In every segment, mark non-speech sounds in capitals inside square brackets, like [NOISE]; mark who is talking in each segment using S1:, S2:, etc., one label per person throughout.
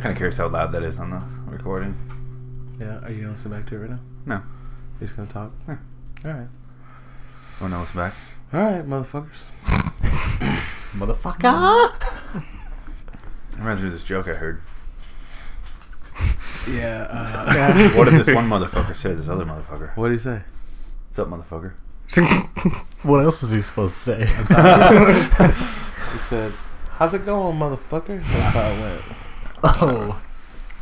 S1: Kind of curious how loud that is on the recording.
S2: Yeah, are you gonna listen back to it right now?
S1: No. Eh.
S2: You're just gonna talk?
S1: Yeah.
S2: Alright.
S1: When I listen Oh, back.
S2: Alright, motherfuckers.
S1: Motherfucker!
S3: [LAUGHS]
S1: Reminds me of this joke I heard.
S2: Yeah,
S4: Yeah.
S2: [LAUGHS] uh
S1: What did this one motherfucker say to this other motherfucker?
S2: What do you say?
S1: What's up, motherfucker?
S4: what else is he supposed to say?
S2: I'm [LAUGHS]
S3: [LAUGHS]
S2: sorry. He said, How's it going, motherfucker? That's how it went.
S4: oh.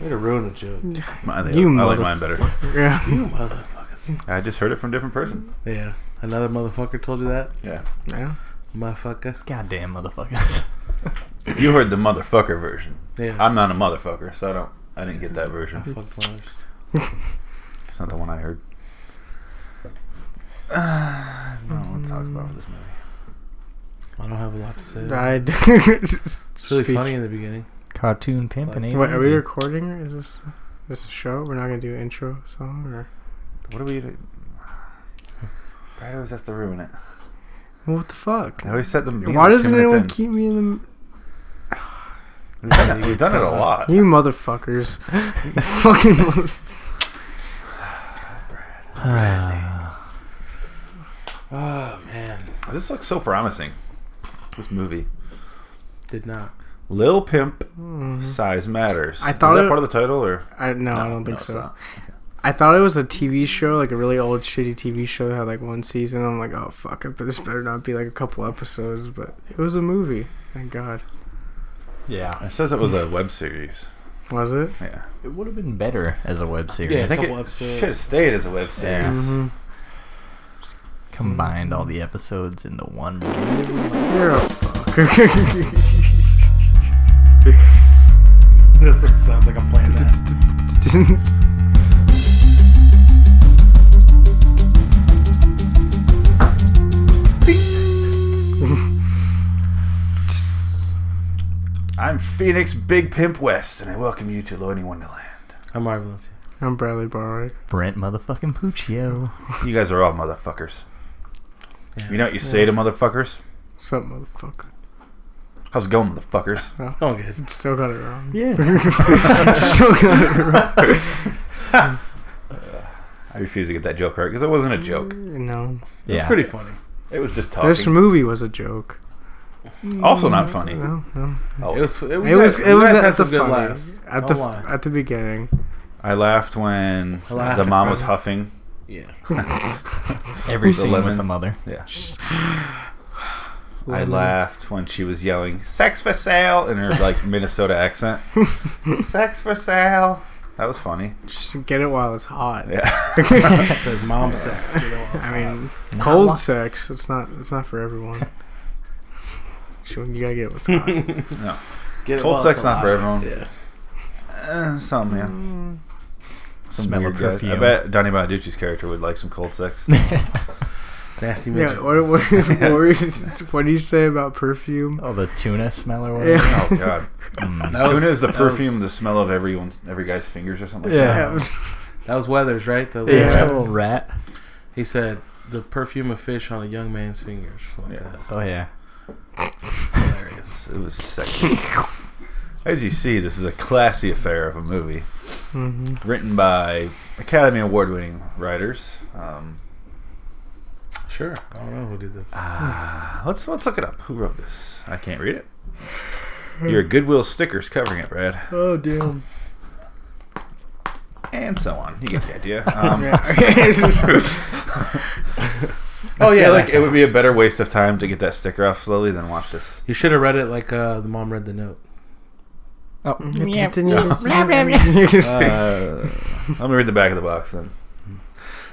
S2: Way to ruin the [LAUGHS] joke.
S1: I, think
S4: You
S1: I like mine better.
S2: You
S4: Yeah.
S2: motherfuckers.
S1: I just heard it from a different person.
S2: Yeah. Another motherfucker told you that?
S1: Yeah.
S4: yeah.
S2: Motherfucker.
S4: Goddamn motherfuckers.
S1: You heard the motherfucker version.
S2: Yeah.
S1: I'm not a motherfucker, so I don't. I didn't get that
S2: I
S1: version.
S2: fucked Lars.
S1: It's not the one I heard. [SIGHS] Uh, no, let's talk about this movie.
S2: I don't have a lot to
S4: [LAUGHS]
S2: say.
S4: Died.
S2: It's really funny in the [LAUGHS] beginning.
S3: Cartoon pimping.
S4: Wait, are we recording? Is this this a show? We're not gonna do an intro song or
S1: What are we? do- [SIGHS] Brad always has to ruin it.
S4: what the fuck?
S1: I always set the. music
S4: Why
S1: two
S4: doesn't
S1: minutes
S4: anyone
S1: in.
S4: keep me in
S1: We've done it, we've done it a lot.
S4: the?
S1: [LAUGHS]
S4: You motherfuckers! [LAUGHS] Fucking motherf-
S3: Ah.
S2: Oh man.
S1: This looks so promising. This movie,
S2: Did not.
S1: Lil Pimp,
S4: Mm.
S1: Size Matters.
S4: I thought
S1: is that
S4: it-
S1: part of the title or?
S4: I no, I don't think
S1: it's
S4: so.
S1: not.
S4: I thought it was a TV show, like a really old shitty TV show that had like one season. I'm like, oh fuck, it, but this better not be like a couple episodes. But it was a movie. Thank God.
S3: Yeah.
S1: It says it was a web series.
S4: Was it?
S1: Yeah,
S3: It would have been better as a web series.
S2: Yeah,
S1: I think
S2: couple
S1: it
S2: episodes.
S1: should have stayed as a web
S3: Yeah.
S1: series.
S4: hmm
S3: Combined all the episodes into one.
S4: You're a fucker.
S2: [LAUGHS]
S4: [LAUGHS]
S2: This sounds like I'm playing that.
S1: I'm Phoenix Big Pimp West, and I welcome you to Lonely Wonderland.
S2: I'm Marvin Lindsay.
S4: I'm Bradley Barwick.
S3: Brent motherfucking Puccio.
S1: You guys are all motherfuckers.
S2: Yeah.
S1: You know what you say to motherfuckers?
S4: What's up, motherfucker?
S1: How's it going, motherfuckers?
S2: it's going good.
S4: Still got it wrong.
S2: [LAUGHS]
S3: Yeah.
S4: [LAUGHS] Still got it wrong.
S1: I refuse to get that joke right because it wasn't a joke.
S4: No.
S2: It's
S3: yeah.
S2: pretty funny.
S1: It was just
S4: This
S1: talking.
S4: movie was a joke.
S1: Also not funny.
S4: No, no.
S1: Oh,
S2: It was. It,
S4: It was. It was
S2: had
S4: at the
S2: some good
S4: funny-
S2: laughs.
S4: At
S2: Don't
S4: the
S2: lie.
S4: at the beginning.
S1: I laughed when
S2: I laughed.
S1: the mom was huffing.
S2: yeah.
S3: Every
S1: The
S3: scene
S1: lemon.
S3: with the mother.
S1: Yeah. I laughed when she was yelling "sex for sale" in her like Minnesota accent. "Sex for sale." That was funny.
S4: Just get it while it's hot. [LAUGHS]
S1: Yeah.
S2: It said mom sex. You know, it's
S4: I mean,
S3: And I
S4: cold
S3: wa-
S4: sex. It's not. It's not for
S2: [LAUGHS]
S4: everyone. Sure, you gotta get what's hot.
S1: no.
S2: Get it
S1: Cold
S2: while
S1: sex
S2: it's
S1: not for
S2: alive.
S1: everyone.
S2: Yeah.
S1: Uh, some yeah. Some
S3: Smell
S1: weird
S3: of
S1: guy.
S3: perfume.
S1: I bet Donny Bonaducci's character would like some cold
S3: [LAUGHS]
S1: sex.
S2: Nasty midget.
S4: yeah. What, what, [LAUGHS] what, were you- what do you say about perfume?
S3: Oh, the tuna smell or
S4: Yeah.
S3: whatever.
S1: oh god. [LAUGHS]
S3: Mm.
S2: That was-
S1: Tuna is the
S2: that
S1: perfume,
S2: was-
S1: the smell of everyone, every guy's fingers or something.
S3: Yeah.
S1: Like that.
S2: That was Weathers, right? The little
S3: Yeah.
S4: Yeah.
S3: That
S2: rap.
S3: little rat.
S2: He said the perfume of fish on a young man's fingers. Something
S1: Yeah.
S2: like
S3: Oh yeah.
S2: that.
S1: It's-
S2: Hilarious.
S1: It was sexy. As you see, this is a classy affair of a movie.
S4: Mm-hmm.
S1: written by Academy Award winning writers. Um,
S2: Sure. I don't know who did this.
S1: ah, let's let's look it up. Who wrote this? I can't read it.
S2: Hmm.
S1: Your Goodwill stickers covering it, Brad,
S4: Oh [LAUGHS] damn.
S1: and so on. You get the
S2: [LAUGHS]
S1: idea. Um, [LAUGHS]
S2: Oh
S1: I
S2: yeah,
S1: feel
S2: like
S1: like it would be a better waste of time to get that sticker off slowly than watch
S2: [LAUGHS]
S1: this.
S2: you should have read it like uh, the mom read the note.
S3: Oh.
S4: Yeah.
S3: [LAUGHS]
S1: Uh, let me read the back of the box then.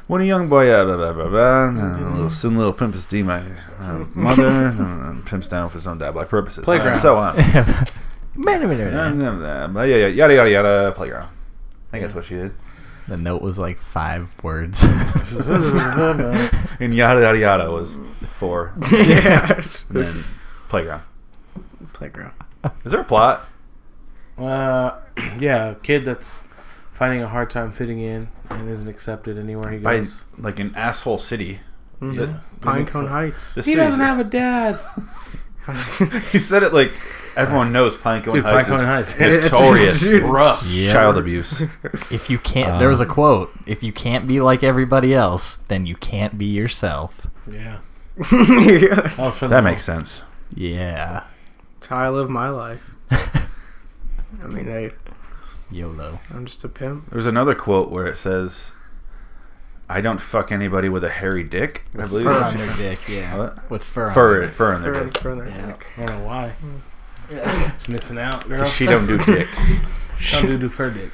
S1: When a young boy, uh, blah, blah, blah, blah, and a little, soon little pimp is deemed my uh, mother,
S2: [LAUGHS]
S1: and, and pimps down for some diabolic purposes. Uh,
S2: Playground.
S1: so on.
S3: the
S1: Yeah, yeah, yada yada yada playground. I think that's what she
S2: [LAUGHS]
S1: did.
S3: note was like five
S1: [LAUGHS]
S3: words. [LAUGHS]
S1: And yada yada yada was
S2: [LAUGHS]
S1: four.
S4: yeah.
S1: And [LAUGHS] then playground.
S4: Playground.
S1: Is there a plot?
S2: Uh, [CLEARS THROAT] yeah, a kid that's finding a hard time fitting in and isn't accepted anywhere he
S1: By
S2: goes.
S1: like an asshole city.
S4: Mm-hmm.
S1: The-
S4: [LAUGHS] Pinecone Heights.
S1: This
S2: he
S1: city's-
S2: doesn't have a dad.
S1: [LAUGHS] He said it like Everyone knows Planko and
S2: Dude,
S1: Heights
S2: Black
S1: is
S2: Heights.
S1: It's
S2: [LAUGHS]
S1: notorious.
S4: Dude,
S2: rough.
S3: Yeah.
S1: child abuse.
S3: If you can't, there was a
S1: Um,
S3: quote. If you can't be like everybody else, then you can't be yourself.
S2: Yeah.
S4: yeah.
S2: That, was from
S1: That
S2: the-
S1: makes sense.
S3: Yeah. [LAUGHS]
S4: That's how I live my life. I mean, I,
S3: YOLO.
S4: I'm just a pimp.
S1: There's another quote where it says, "I don't fuck anybody with a hairy dick." I believe.
S3: Fur on
S1: it
S3: their
S1: was.
S3: dick, yeah.
S1: What?
S3: With fur on
S1: Fur,
S3: their dick.
S1: fur on their
S4: For,
S1: dick.
S4: for their
S3: Yeah.
S4: dick.
S2: I don't know why. It's missing out, girl.
S1: 'Cause she don't do
S3: [LAUGHS]
S1: dick.
S2: Don't do do fur dick.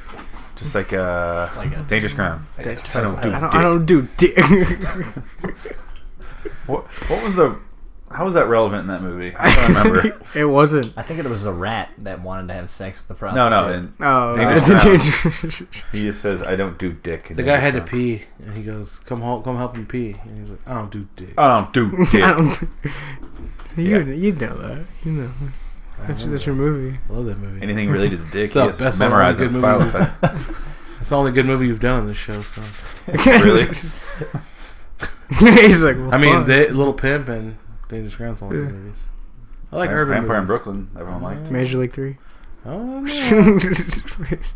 S1: Just like uh,
S3: Like a-
S1: dangerous ground.
S4: Dick.
S1: I don't do
S4: I don't,
S1: dick.
S4: I don't do dick.
S1: What, what was the? How was that relevant in that movie? I don't
S4: [LAUGHS]
S1: remember.
S4: it wasn't.
S3: I think it was a rat that wanted to have sex with the
S1: no,
S3: prostitute.
S1: no. And
S4: Oh, [LAUGHS]
S1: Dangerous
S4: uh,
S1: Ground.
S4: dangerous.
S1: he just says, "I don't do dick."
S2: The guy had to pee, and he goes, "Come home, come help me pee." And he's like, "I don't do
S4: Oh,
S2: dick."
S1: I don't do dick.
S4: [LAUGHS] [LAUGHS] I don't. You
S1: Yeah.
S4: you know that. You know.
S2: I
S4: That's,
S2: love
S4: that's
S2: that.
S4: your movie. [LAUGHS]
S2: I love that movie.
S1: Anything related to dick,
S2: It's the
S1: he has
S2: best
S1: to memorize
S2: one of
S1: and
S2: the
S1: file
S2: good
S1: effect.
S2: [LAUGHS] It's the only good movie you've done this show. So.
S1: Really?
S4: He's like. Well,
S2: I mean,
S4: fuck.
S2: they, Little Pimp and Dangerous Ground's all the
S4: Yeah.
S2: good movies. I like
S1: Vamp-
S2: Urban
S1: Vampire in
S2: movies.
S1: Brooklyn. Everyone liked.
S4: Major League Three.
S2: Oh,
S4: [LAUGHS]
S2: no.
S4: That's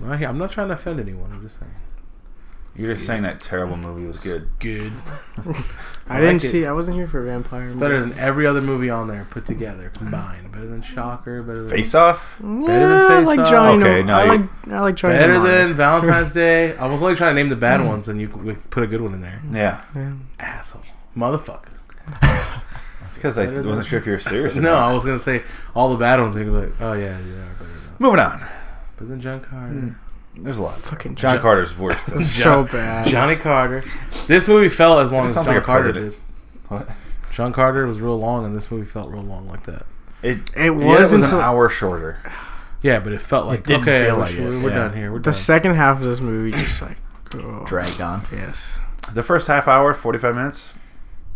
S2: No, I- I'm not trying to offend anyone. I'm just saying.
S1: You're just saying that terrible movie was good.
S2: Good.
S4: I,
S2: I
S4: didn't
S2: liked it.
S4: see. I wasn't here for Vampire.
S2: It's better than every other movie on there put together combined. Better than Shocker. Better than
S1: Face Off.
S4: Yeah,
S2: better than
S4: I
S2: Face
S4: like
S2: Off.
S4: Johnny.
S1: Okay,
S4: Mnem-
S1: now
S4: I
S1: you-
S4: like. I like Johnny.
S2: Better
S4: Mnemonic.
S2: than Valentine's Day. I was only trying to name the bad ones, and you c- put a good one in there.
S1: Yeah.
S4: [LAUGHS] Yeah.
S2: Asshole, motherfucker.
S1: It's because I
S2: Better than-
S1: wasn't sure if you were serious. Or
S2: No,
S1: not.
S2: I was gonna say all the bad ones. And you're like, oh yeah, yeah, are better than us.
S1: Moving on.
S2: But then John Carter,
S1: Hmm. There's a lot.
S4: Fucking
S1: John
S2: Jo-
S1: Carter's worse.
S2: [LAUGHS]
S1: Than
S4: so bad.
S2: Johnny Carter. This movie felt as long
S1: It
S2: as John
S1: sounds like a
S2: Carter
S1: president.
S2: did.
S1: What?
S2: John Carter was real long, and this movie felt real long like that.
S1: it,
S4: It
S1: yeah,
S4: was
S1: it was
S4: until-
S1: an hour shorter.
S2: Yeah, but it felt like
S3: didn't
S2: okay,
S3: feel
S2: we're,
S3: like it,
S2: we're
S3: yeah.
S2: done here. We're
S4: The
S2: done.
S4: second half of this movie just like. Oh,
S3: Dragged on.
S4: Yes. [LAUGHS]
S1: The first half hour, 45 minutes,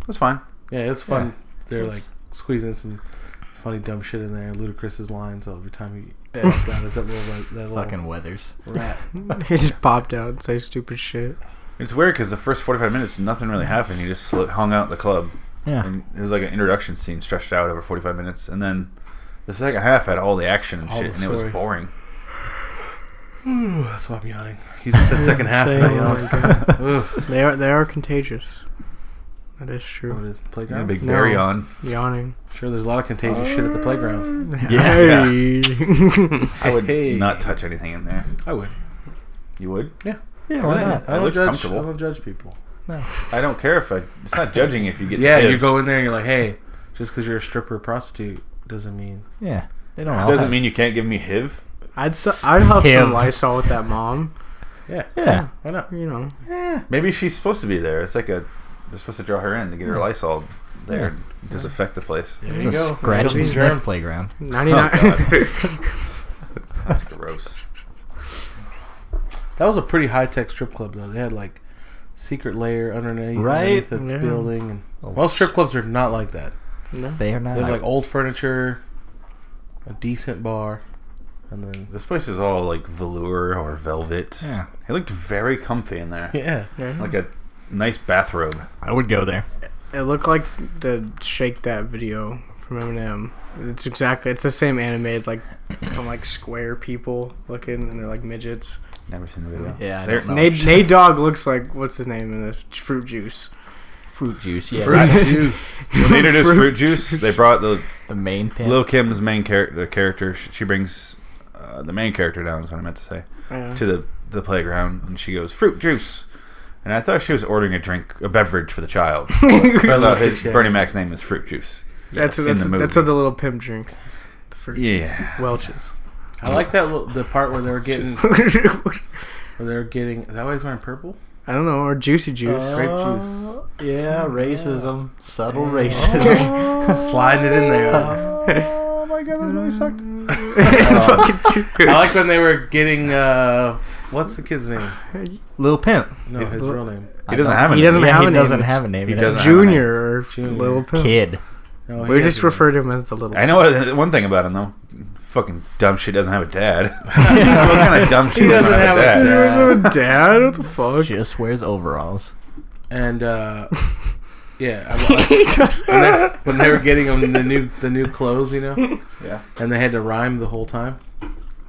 S1: was fine.
S2: Yeah, it was fun. They're
S3: Yes.
S2: like squeezing in some funny dumb shit in there. Ludacris's line. So every time he
S3: Yeah.
S2: God, is that little like, that little
S3: Fucking weathers.
S2: rat.
S4: he just popped out and say stupid shit.
S1: It's weird because the first 45 minutes, nothing really happened. He just sli- hung out in the club.
S3: Yeah.
S1: And it was like an introduction scene stretched out over 45 minutes. And then the second half had all the action and
S2: All
S1: shit,
S2: the
S1: and it was
S2: story.
S1: boring.
S2: Ooh, that's why I'm yawning. You just said second half. and I
S4: Same.
S2: yawned. [LAUGHS] Ugh.
S4: They are they are contagious. That is
S2: What
S4: true.
S2: is the
S1: Yeah,
S2: playground?
S1: Big
S4: No.
S1: Barry on.
S4: Yawning.
S2: Sure, there's a lot of contagious shit at the playground.
S3: Yeah.
S4: Hey.
S1: I would
S2: Hey.
S1: not touch anything in there.
S2: I would.
S1: You would?
S3: Yeah,
S1: why
S3: why
S1: not?
S3: not?
S1: It
S2: I don't
S1: looks
S2: judge. I
S1: comfortable.
S2: don't judge people.
S1: I don't care if I. It's not judging if you get.
S2: yeah,
S1: the
S2: you
S1: iv.
S2: go in there and you're like, hey, just because you're a stripper or prostitute doesn't mean.
S3: Yeah. They don't
S2: "Oh,
S3: all
S1: Doesn't
S3: have-
S1: mean you can't give me HIV.
S4: [LAUGHS] I'd su- I'd help
S3: Him.
S4: some Lysol with that mom.
S2: Yeah,
S3: Yeah.
S2: why not?
S4: You know.
S1: Maybe she's supposed to be there. It's like a. They're supposed to draw her in to get her Lysol there and disinfect the place.
S2: There
S3: It's
S2: you
S3: a
S2: go.
S3: scratch
S2: Kill some
S3: and sniff
S2: germs.
S3: playground.
S4: Ninety
S1: Oh,
S4: nine
S1: God. That's gross.
S2: That was a pretty high tech strip club though. They had like secret layer underneath,
S3: Right?
S2: underneath the
S4: Yeah.
S2: building, and
S3: Oh,
S2: most strip clubs are not like that.
S4: [LAUGHS] no.
S3: They are not.
S2: They have like old furniture, a decent bar, and then
S1: This place is all like velour or velvet.
S3: yeah.
S1: He looked very comfy in there.
S2: yeah,
S4: Yeah.
S1: Like a nice bathrobe.
S3: I would go there.
S4: It looked like the shake that video from Eminem. It's exactly it's the same animated like from like square people looking and they're like midgets.
S1: Never seen the [LAUGHS] video.
S3: Yeah. I
S1: There-
S3: don't know.
S4: Nate Nate Dog looks like what's his name in this fruit juice.
S3: [LAUGHS] fruit juice. Yeah.
S1: Fruit
S3: right.
S2: juice.
S1: When they introduced fruit juice, they brought the
S3: [LAUGHS] The main pin.
S1: Lil Kim's main character. The character sh- she brings uh, the main character down. Is what I meant to say.
S4: [LAUGHS] Yeah.
S1: to the the playground and she goes fruit juice and i thought she was ordering a drink a beverage for the [LAUGHS] child Turns out his-
S2: Shit.
S1: bernie mac's name is fruit juice
S4: That's
S1: in
S4: that's,
S1: the movie.
S4: that's what the little pimp drinks. The fruit
S1: yeah
S4: Welch's.
S2: I like that little, the part where
S1: [LAUGHS]
S2: they're getting
S1: Just-
S4: [LAUGHS] I
S2: where they're getting that way he's wearing purple.
S4: don't know, or juicy juice.
S1: Oh.
S2: Grape juice.
S3: Uh, Yeah. Racism. Subtle
S2: Yeah.
S3: racism. [LAUGHS]
S2: Slide it in there.
S1: oh my god that really [LAUGHS] sucked
S4: [LAUGHS] Fucking juice.
S2: I like when they were getting uh, what's the kid's name?
S3: Lil Pimp.
S2: No, his real name.
S1: he doesn't have
S4: He
S1: any
S4: doesn't
S3: Yeah,
S4: have
S3: he
S4: a name.
S3: doesn't
S4: It's
S3: have a name.
S1: he
S3: It
S1: doesn't
S3: has
S1: have a name.
S4: Junior or
S2: Junior.
S4: little
S3: [LAUGHS]
S4: pimp.
S3: Kid.
S2: No, he
S4: We
S2: has
S4: just
S2: his
S4: refer to him as the little.
S1: i know what- one thing about him though fucking dumb shit doesn't have a dad [LAUGHS]
S3: [LAUGHS]
S1: what kind of dumb shit
S2: He
S1: doesn't,
S2: doesn't
S1: have,
S2: have
S1: a
S2: a
S1: dad
S4: [LAUGHS]
S2: dad.
S4: Dad, what the fuck?
S3: Just wears overalls.
S2: And uh, Yeah, I,
S4: he does.
S2: I, [LAUGHS] when they- when they were getting them the new the new clothes, you know,
S1: Yeah.
S2: and they had to rhyme the whole time.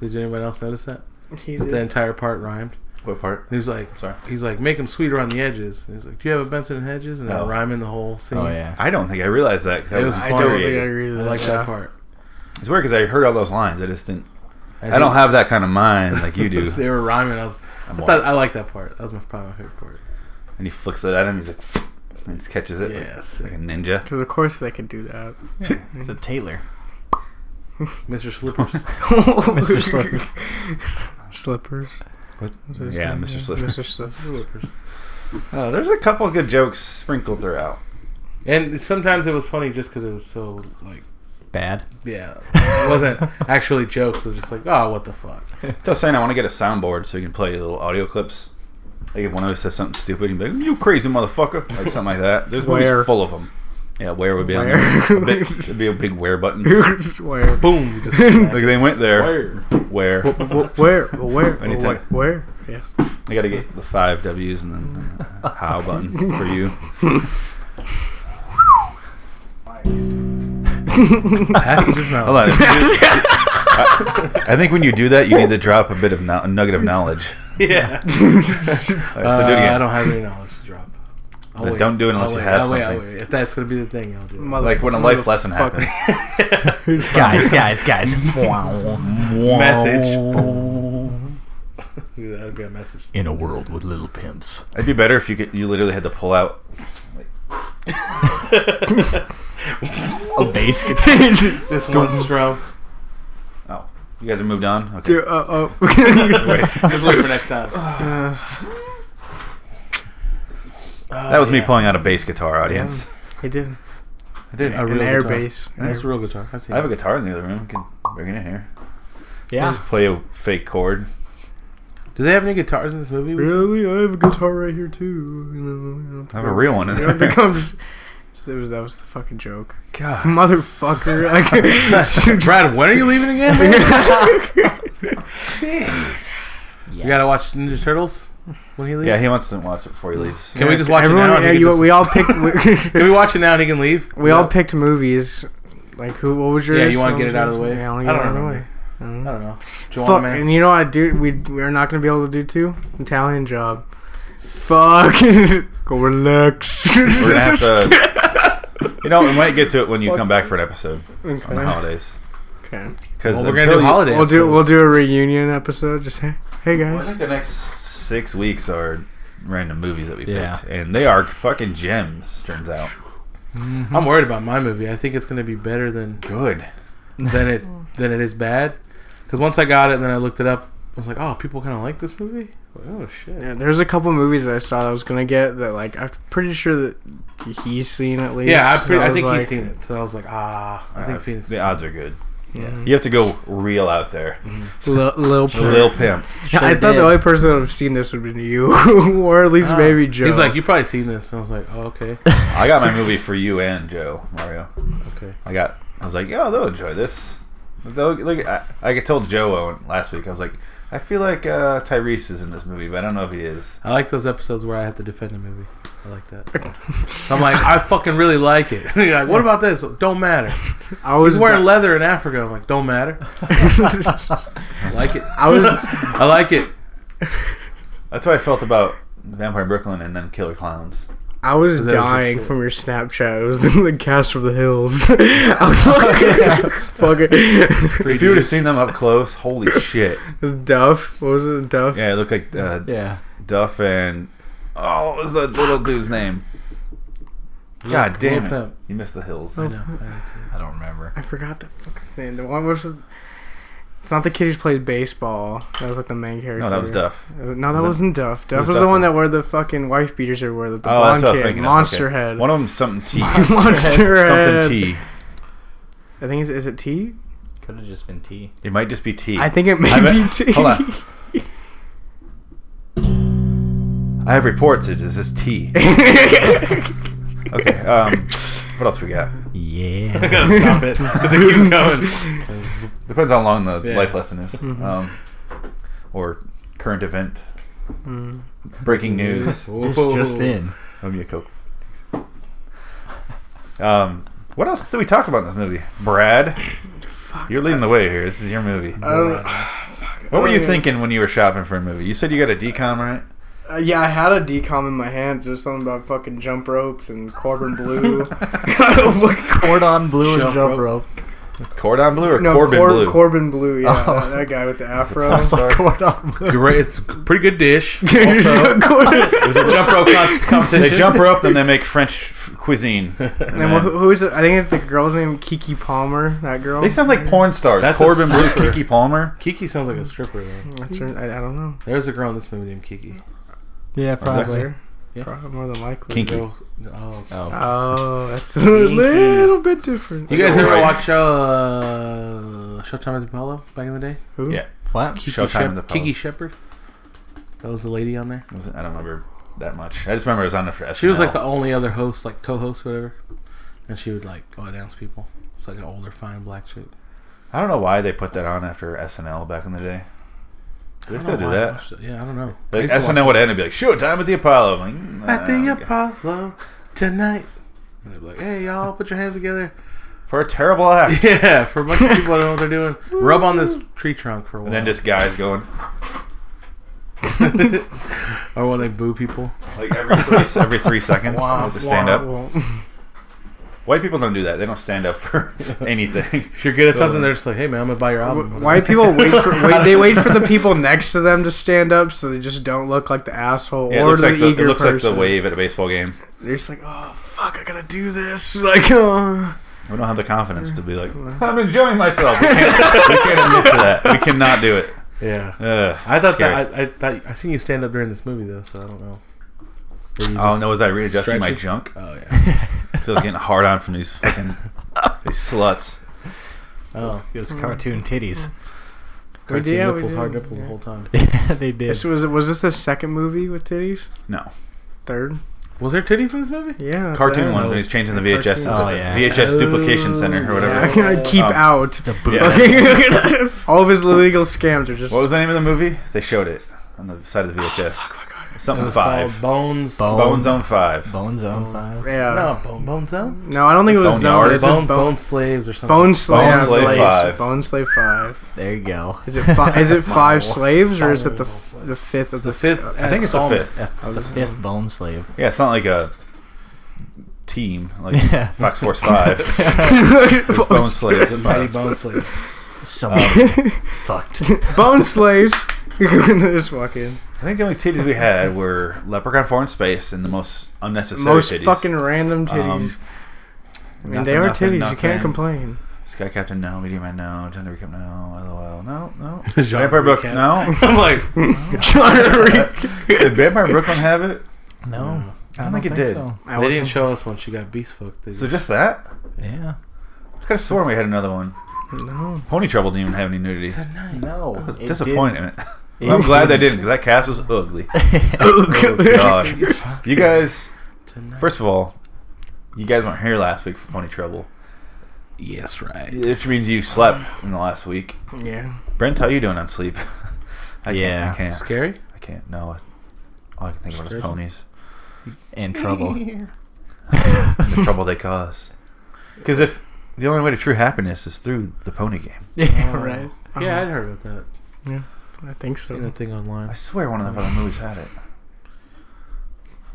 S2: Did anybody else notice that?
S4: [LAUGHS] He
S2: That
S4: did.
S2: the entire part rhymed.
S1: What part?
S2: He was like,
S1: Sorry.
S2: he's like, make them sweeter on the edges. And he's like, do you have a Benson and Hedges? And they're
S1: Oh.
S2: rhyming the whole scene.
S3: Oh yeah.
S1: I don't think I realized that because I
S2: It
S1: was
S2: was
S4: I don't think I
S1: infuriated.
S4: agree
S2: I
S4: with that.
S2: like
S4: yeah.
S2: that part.
S1: It's weird because I heard all those lines. I just didn't. I,
S2: think
S1: don't have that kind of mind like you
S4: [LAUGHS]
S1: do.
S2: [LAUGHS] they were rhyming. I was.
S1: I'm
S2: I
S1: white.
S2: thought I like that part. That was my, probably my favorite part.
S1: and he flicks it at him. He's like, [LAUGHS] and just catches it. like-
S2: Yes.
S1: Like, a ninja.
S4: Because of course they could do that.
S3: [LAUGHS] It's a tailor.
S2: Mr.
S1: [LAUGHS]
S2: Slippers.
S4: [LAUGHS]
S3: Mr. Slipper.
S4: Slippers.
S1: What?
S4: Is that
S1: Yeah,
S4: his
S1: Mr.
S4: name?
S1: Slipper.
S4: Mr.
S2: [LAUGHS]
S4: Slippers.
S1: [LAUGHS] Oh, there's a couple of good jokes sprinkled throughout.
S2: and sometimes it was funny just because it was so like,
S3: Bad.
S2: yeah,
S1: [LAUGHS]
S2: it wasn't actually jokes. It was just like, oh, what the fuck.
S1: So I was saying I want to get a soundboard so you can play little audio clips. Like if one of us says something stupid, you'd be like, "You crazy motherfucker!" Like something like that. There's
S4: Where?
S1: movies full of them. Yeah, where would be on
S4: Where?
S1: there. A
S4: [LAUGHS]
S1: big, it'd be a big where button.
S4: [LAUGHS] where? [LAUGHS]
S1: [LAUGHS]
S2: Boom. you Just
S1: Like they went there. Where?
S4: Wh- wh- Where? Wh-
S2: [LAUGHS]
S4: Where? Wh-
S1: Anytime.
S4: wh- Where? Yeah.
S1: I gotta get the five W's and then the how button for you.
S2: [LAUGHS] Passages mouth.
S1: Hold on. if you do- I, I think when you do that, you need to drop a bit of no, a nugget of knowledge. [LAUGHS]
S2: Yeah.
S1: All right, so do it
S2: Uh,
S1: again.
S2: I don't have any knowledge to drop. I'll
S1: Then
S2: wait.
S1: don't do it unless
S2: I'll
S1: you
S2: wait.
S1: have
S2: I'll wait. I'll
S1: something.
S2: wait. If that's gonna be the thing, I'll do it.
S1: like when a life lesson happens.
S3: Guys, guys, [LAUGHS] guys. Wow.
S2: [LAUGHS] Message. That'd be a message.
S3: In a world with little pimps.
S1: It'd be better if you could. You literally had to pull out. Like,
S3: A [LAUGHS] bass guitar.
S2: This one strum.
S1: oh, you guys have moved on. Okay.
S4: Dude, [LAUGHS] uh, oh.
S2: Just [LAUGHS] wait for next time.
S4: uh,
S1: That was me pulling out a bass guitar, audience.
S4: I did.
S1: Oh, I did.
S2: A
S1: I,
S2: real
S4: An air
S2: guitar.
S4: bass.
S2: That's a real guitar. I've seen
S1: have a
S2: it.
S1: guitar in the other room. You can bring it in here.
S3: yeah.
S1: Just play a fake chord.
S2: Do they have any guitars in this movie?
S4: Really? I have a guitar right here too. You know, you know.
S1: I have a real one in
S4: You know,
S1: there. [LAUGHS]
S4: it becomes. So that was that was the fucking joke,
S1: God.
S4: [LAUGHS] motherfucker!
S1: [LAUGHS]
S4: [LAUGHS]
S2: [LAUGHS]
S4: Like,
S2: Brad, when are you leaving again?
S4: [LAUGHS]
S2: man?
S3: yeah.
S2: you gotta watch Ninja Turtles when he leaves.
S1: Yeah, he wants to watch it before he
S2: [LAUGHS]
S1: leaves.
S2: Can we just watch it
S4: everyone,
S2: now and
S4: yeah,
S2: he can
S4: you-
S2: just-
S4: we all picked.
S1: [LAUGHS]
S2: Can we watch it now and he can leave?
S4: [LAUGHS] We all picked movies. Like who? What was yours?
S2: Yeah, you wanna
S4: What
S2: get
S4: was
S2: it out of
S4: yours?
S2: the way?
S4: Yeah, I want
S2: I
S4: to get it
S2: don't
S4: out of the
S2: remember.
S4: way.
S2: I
S4: Mhm.
S2: don't know.
S4: Fuck,
S2: Joanna
S4: and
S2: Man.
S4: you know what I do? We we're not gonna be able to do two Italian job. Fuck, [LAUGHS] go relax.
S1: We're gonna have to.
S2: [LAUGHS]
S1: You know, we might get to it when you come back for an episode on the
S4: [LAUGHS] Okay.
S1: holidays.
S4: okay.
S1: Because
S2: Well, we're gonna do holiday.
S4: We'll do we'll
S2: episodes.
S4: do a reunion episode. Just hey, hey
S1: I think
S4: guys.
S1: the next six weeks are random movies that we
S3: Yeah.
S1: picked, and they are fucking gems. Turns out,
S2: I'm worried about my movie. I think it's gonna be better than
S1: good.
S2: than it than it is bad. Because once I got it and then I looked it up, I was like, oh, people kind of like this movie. Like, oh shit.
S4: Yeah, there's a couple movies that I saw that I was gonna get that like I'm pretty sure that he's seen at least.
S2: Yeah, I, pre-
S4: So
S2: I
S4: was
S2: think
S4: like,
S2: he's seen it. So I was like, ah, I think
S1: Uh,
S2: Phoenix. Mm-hmm.
S1: The odds are good.
S4: mhm.
S1: You have to go real out there,
S2: [LAUGHS]
S4: Lil, Lil Pump.
S1: Lil Pimp.
S4: Yeah, I
S3: Sure
S4: thought
S3: did.
S4: the only person that would have seen this would have been you, [LAUGHS] or at least
S2: Ah.
S4: maybe Joe.
S2: He's like, you probably seen this. And I was like, oh, okay,
S1: I got my movie for you and Joe Mario.
S2: okay.
S1: I got. I was like, yo, they'll enjoy this. They'll, look, I, I could tell Joe Owen last week. I was like, I feel like uh, Tyrese is in this movie, but I don't know if he is.
S2: I like those episodes where I have to defend a movie. I like that. I'm like, I fucking really like it. [LAUGHS] You're like, what about this? Don't [LAUGHS] matter.
S4: I
S2: I was
S4: was
S2: wearing leather in Africa. I'm like, don't matter. [LAUGHS] I like it.
S4: [LAUGHS] I was
S2: I like it.
S1: That's how I felt about Vampire Brooklyn and then Killer
S4: [LAUGHS]
S1: Clowns.
S4: I
S2: That was
S4: was
S2: the
S4: dying
S2: shit.
S4: from your Snapchat. It was the cast from the hills. [LAUGHS]
S2: [LAUGHS]
S4: I was fucking, fucking
S1: If you would have seen them up close,
S4: [LAUGHS]
S1: holy shit!
S4: Duff. What was it, Duff?
S1: Yeah, it looked like uh,
S3: Yeah.
S1: Duff and oh, what was that little dude's name? God damn it!
S2: Lil Pimp.
S1: You missed the hills.
S2: [LAUGHS]
S4: Oh,
S2: I know. I do too.
S3: I don't remember.
S4: I forgot the fucker's name. The one was. It's not the kid who played baseball. That was like the main character.
S1: No, that was Duff.
S4: Uh, No, that
S1: Was it-
S4: wasn't Duff. Duff
S1: was
S4: was,
S1: Duff
S4: the one
S1: then?
S4: that wore the fucking wife beaters everywhere. That the
S1: Oh, that's
S4: blonde
S1: what I was
S4: kid,
S1: thinking. of.
S4: Monster
S1: Okay.
S4: Head. [LAUGHS]
S1: One of them something T.
S4: Monster Head.
S1: something T.
S4: I think it's, is it T?
S3: Could have just been T.
S1: It might just be T.
S4: I think it may
S1: I
S4: be
S1: bet-
S4: T.
S1: hold
S4: [LAUGHS]
S1: on. I have reports. It is this
S4: [LAUGHS]
S1: T. okay. Um, what else we got?
S3: [LAUGHS]
S2: I
S3: Yeah.
S2: gotta stop [LAUGHS] it. 'cause it keeps going.
S1: Depends how long the
S2: Yeah.
S1: life lesson is,
S4: Mhm.
S1: um, or current event,
S4: Mm.
S1: Hmm. breaking news.
S2: [LAUGHS]
S3: It's just in.
S1: Owe me a coke. Um, what else did we talk about in this movie? Brad, you're leading the way here. This is your movie.
S4: I don't,
S1: What were you
S4: Uh, yeah.
S1: thinking when you were shopping for a movie? You said you got a decom, right?
S4: uh, yeah, I had a decom in my hands. There's something about fucking jump ropes and
S1: [LAUGHS]
S4: Corbin Blue. [LAUGHS] Look,
S3: Cordon blue
S2: Jump
S3: and jump
S2: rope.
S3: rope.
S1: Cordon Blue or
S4: no,
S1: Corbin
S4: Cor-
S1: Blue?
S4: Corbin Blue, yeah,
S3: Oh.
S4: that, that guy with the afro.
S3: I was like, cordon blue.
S2: Great, it's a pretty good [LAUGHS] dish. Also, it was a jump rope [LAUGHS] con- competition.
S1: they jump rope, then they make French f- cuisine.
S4: And then, wh- who, who is it? I think it's the girl's name Kiki Palmer. That girl.
S1: They sound like porn stars.
S2: That's a
S1: Corbin Blue,
S2: stripper.
S1: Kiki Palmer.
S2: [LAUGHS] Kiki sounds like a stripper. Man.
S4: That's her- I, I don't know.
S2: There's a girl in this movie named Kiki.
S3: Yeah, probably.
S4: Probably.
S2: Yeah.
S4: Probably more than likely.
S1: Kinky.
S2: Girl- Oh.
S1: Oh,
S4: Oh, that's a little bit different.
S2: You guys
S1: Right.
S2: ever watch uh, Showtime at the Apollo back in the day?
S4: Who?
S1: Yeah.
S2: [LAUGHS]
S3: What?
S2: Kiki,
S1: Showtime at
S2: Shep-
S1: the Apollo.
S2: Kiki Shepard. That was the lady on there.
S1: was it- I don't remember that much. I just remember it was on the for
S2: She was like the
S1: SNL.
S2: only other host, like co-host, whatever. And she would like go announce people. It's like an older, fine black chick.
S1: I don't know why they put that on after SNL back in the day. Do they
S2: I
S1: still
S2: don't
S1: do
S2: know why I
S1: that?
S2: watched it. Yeah, I don't know. I
S1: Like,
S2: used to watch
S1: SNL would end and be like, "Showtime at the Apollo." I'm like,
S2: it. Ah,
S1: "Mm,
S2: at
S1: I
S2: the
S1: don't get-
S2: Apollo tonight. And they'd be like, "Hey, y'all, put your hands together."
S1: for a terrible act.
S2: [LAUGHS] Yeah, for a bunch of people that don't know what they're doing. Rub on this tree trunk for a while.
S1: And then just guys going
S2: or while they boo people.
S1: like
S2: [LAUGHS]
S1: every three, every three seconds
S2: Wah,
S1: to stand
S2: wah,
S1: up. [LAUGHS] White people don't do that. They don't stand up
S2: [LAUGHS]
S1: for anything.
S2: If you're good at something, they're just like, "Hey, man, I'm gonna buy your album."
S4: Why people wait for
S1: [LAUGHS]
S4: wait, they wait for the people next to them to stand up so they just don't look like the asshole
S1: Yeah, it
S4: or
S1: looks
S4: the
S1: like the, it
S4: eager
S1: looks like
S4: person.
S1: the wave at a baseball game.
S4: They're just like, oh fuck, I gotta do this. [LAUGHS] Like, oh.
S1: We don't have the confidence to be like, I'm enjoying myself. We can't, we can't admit to that. We cannot do it.
S2: [LAUGHS] Yeah,
S1: Ugh,
S2: I thought
S1: scary.
S2: that I, I thought I seen you stand up during this movie though, so I don't know. Maybe you
S1: Oh
S2: just-
S1: no! Was I readjusting my
S2: stretching?
S1: junk?
S2: Oh yeah.
S1: 'Cause I was getting hard on from these
S2: [LAUGHS]
S1: fucking these sluts.
S2: Oh,
S3: Those cartoon titties.
S4: We
S2: cartoon
S4: did- yeah, we
S2: nipples,
S4: did,
S2: hard nipples
S4: yeah.
S2: the whole time.
S3: [LAUGHS] Yeah, they did.
S4: This was was this the second movie with titties?
S1: No,
S4: Third?
S2: Was there titties in this movie?
S4: Yeah. what the
S1: cartoon
S4: hell?
S1: ones when he's changing the
S4: Cartoon.
S1: VHSs at
S3: Oh,
S1: the
S3: yeah.
S1: VHS duplication
S2: Oh,
S1: center or
S4: Yeah,
S1: whatever.
S4: I [LAUGHS] can keep
S1: Um,
S4: out.
S3: The boot.
S1: Yeah.
S4: Okay. [LAUGHS] All of his illegal scams are just.
S1: What was the name of the movie? They showed it on the side
S4: Oh,
S1: of the VHS.
S2: It
S1: Something
S2: was
S1: five.
S2: called Bones.
S3: Bone-
S1: Bone Zone [LAUGHS] Five.
S3: [LAUGHS] Bone Zone 5.
S4: yeah.
S2: No, Bone Bone Zone.
S4: No, I don't think it was
S1: Bone
S4: no.
S1: Yard?
S4: It's
S2: Bone,
S4: bone,
S2: bone
S4: bone,
S2: slaves or something.
S4: bone slave.
S1: Bone
S4: yeah,
S1: Slave
S4: slaves.
S1: Five.
S4: Bone slave five.
S3: There you go.
S4: Is it five?
S3: [LAUGHS]
S4: Is it five
S3: No.
S4: slaves or is it the f- the fifth of the,
S2: The fifth.
S4: s-
S1: I think it's the
S2: installment.
S1: fifth.
S4: of
S3: The [LAUGHS] fifth bone slave.
S1: Yeah, it's not like a team like
S3: Yeah.
S1: Fox Force Five.
S4: [LAUGHS]
S1: There's Bone Slaves. at
S2: Mighty
S1: five.
S2: Bone Slaves.
S3: Someone [LAUGHS] fucked.
S4: Bone slaves. [LAUGHS] They just walk in.
S1: I think the only titties we had were Leprechaun Four in Space and the most unnecessary
S4: Most
S1: titties.
S4: fucking random titties.
S1: Um,
S4: I mean,
S1: nothing,
S4: they are
S1: nothing,
S4: titties. You
S1: nothing.
S4: can't complain.
S1: Sky Captain, no. Meteor Man, no. Gender Recap, no. LOL, no, no.
S2: Genre
S1: Vampire Brook,
S2: recap.
S1: no.
S2: I'm like,
S1: Did Vampire Brooklyn have it?
S2: Mm.
S3: No.
S1: I don't think it did.
S3: so.
S4: I
S2: they
S4: wasn't-
S2: didn't show us when she got beast fucked. They
S1: So just that?
S3: Yeah.
S1: I could have sworn we had another one.
S4: No.
S1: Pony Trouble didn't even have any nudity.
S2: tonight.
S3: No.
S1: That was
S3: it
S1: disappointment.
S3: didn't.
S1: I'm glad they didn't because that cast was ugly. Oh,
S2: [LAUGHS]
S1: God. You guys,
S2: Tonight.
S1: first of all, you guys weren't here last week for Pony Trouble,
S2: Yes, right.
S1: which means you slept in the last week.
S4: Yeah.
S1: Brent, how you doing on sleep? [LAUGHS] I
S3: Yeah.
S1: can't. I can't.
S2: Scary.
S1: I can't. No. All I can think about is
S2: Straight up.
S1: ponies
S3: In trouble.
S1: and the trouble they cause. Because if the only way to true happiness is through the pony game,
S3: Yeah,
S2: Oh.
S3: right.
S2: Yeah,
S4: Uh-huh.
S2: I'd heard about that.
S4: I think
S2: Seen a
S4: so.
S2: thing
S1: I
S2: online.
S1: swear one of the fucking movies had it.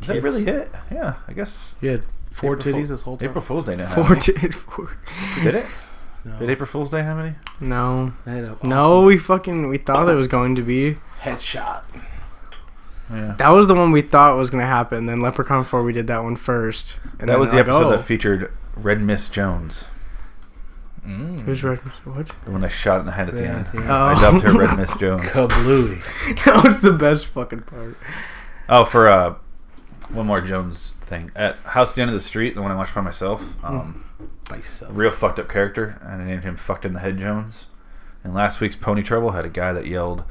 S1: Is that
S3: Kids.
S1: really it? Yeah, I guess.
S2: You had four
S1: April
S2: titties
S1: Fool-
S2: this whole time.
S1: April Fool's Day didn't have
S4: Four
S1: any.
S4: ti- [LAUGHS] four.
S1: Did it?
S2: No.
S1: Did April Fool's Day have any?
S4: No.
S2: They had a
S4: No, we fucking we thought it was going to be.
S2: headshot.
S1: Yeah.
S4: That was the one we thought was going to happen. Then Leprechaun 4, we did that one first. And
S1: that
S4: then
S1: was the
S4: like,
S1: episode
S4: oh,
S1: that featured Red Miss Jones,
S3: Mm.
S4: Who's right? What?
S2: [LAUGHS]
S1: the one I shot in the head at the
S2: Yeah,
S1: end.
S2: yeah.
S1: I
S4: Oh.
S1: dubbed [LAUGHS] her Red Miss Jones.
S2: Kablooey.
S4: that was the best fucking part.
S1: Oh, for uh, one more Jones thing at House at the End of the Street, the one I watched by myself. Um,
S2: Myself.
S1: real fucked up character, and I named him Fucked in the Head Jones. And last week's Pony Trouble had a guy that yelled,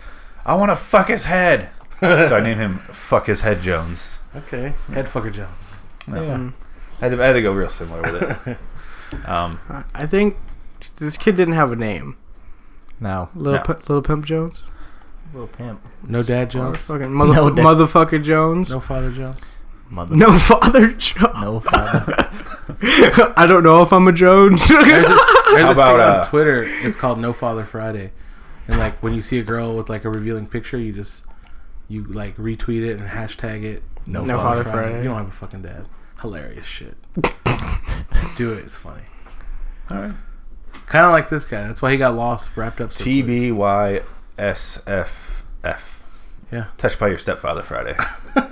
S1: "I want to fuck his head," so I named him Fuck His Head Jones.
S2: Okay. Headfucker Jones.
S3: Yeah.
S4: Um,
S1: I had, to, I had to go real similar with it. Um,
S4: I- I think this kid didn't have a name.
S3: No.
S4: Little
S1: No.
S4: P- Little Pimp Jones.
S3: Little pimp.
S2: No dad Jones. [LAUGHS]
S4: Motherfucking motherf-
S3: No, that-
S4: motherfucker Jones.
S2: No father Jones.
S3: Mother.
S4: No
S2: [LAUGHS]
S4: father Jones.
S3: No [LAUGHS] father.
S4: [LAUGHS] I don't know if I'm a
S2: [LAUGHS]
S4: Jones.
S2: There's this, there's
S1: How about,
S2: this thing on
S1: uh,
S2: Twitter. It's called No Father Friday, and like when you see a girl with like a revealing picture, you just you like retweet it and hashtag it. No,
S4: No
S2: Father,
S4: Father
S2: Friday.
S4: Friday.
S2: You don't have a fucking dad. Hilarious [LAUGHS] shit. Do it. It's funny.
S1: All right.
S2: Kind of like this guy. That's why he got lost, wrapped up. So
S1: T
S2: quick.
S1: B Y S F F.
S2: Yeah.
S1: Touched by your stepfather Friday.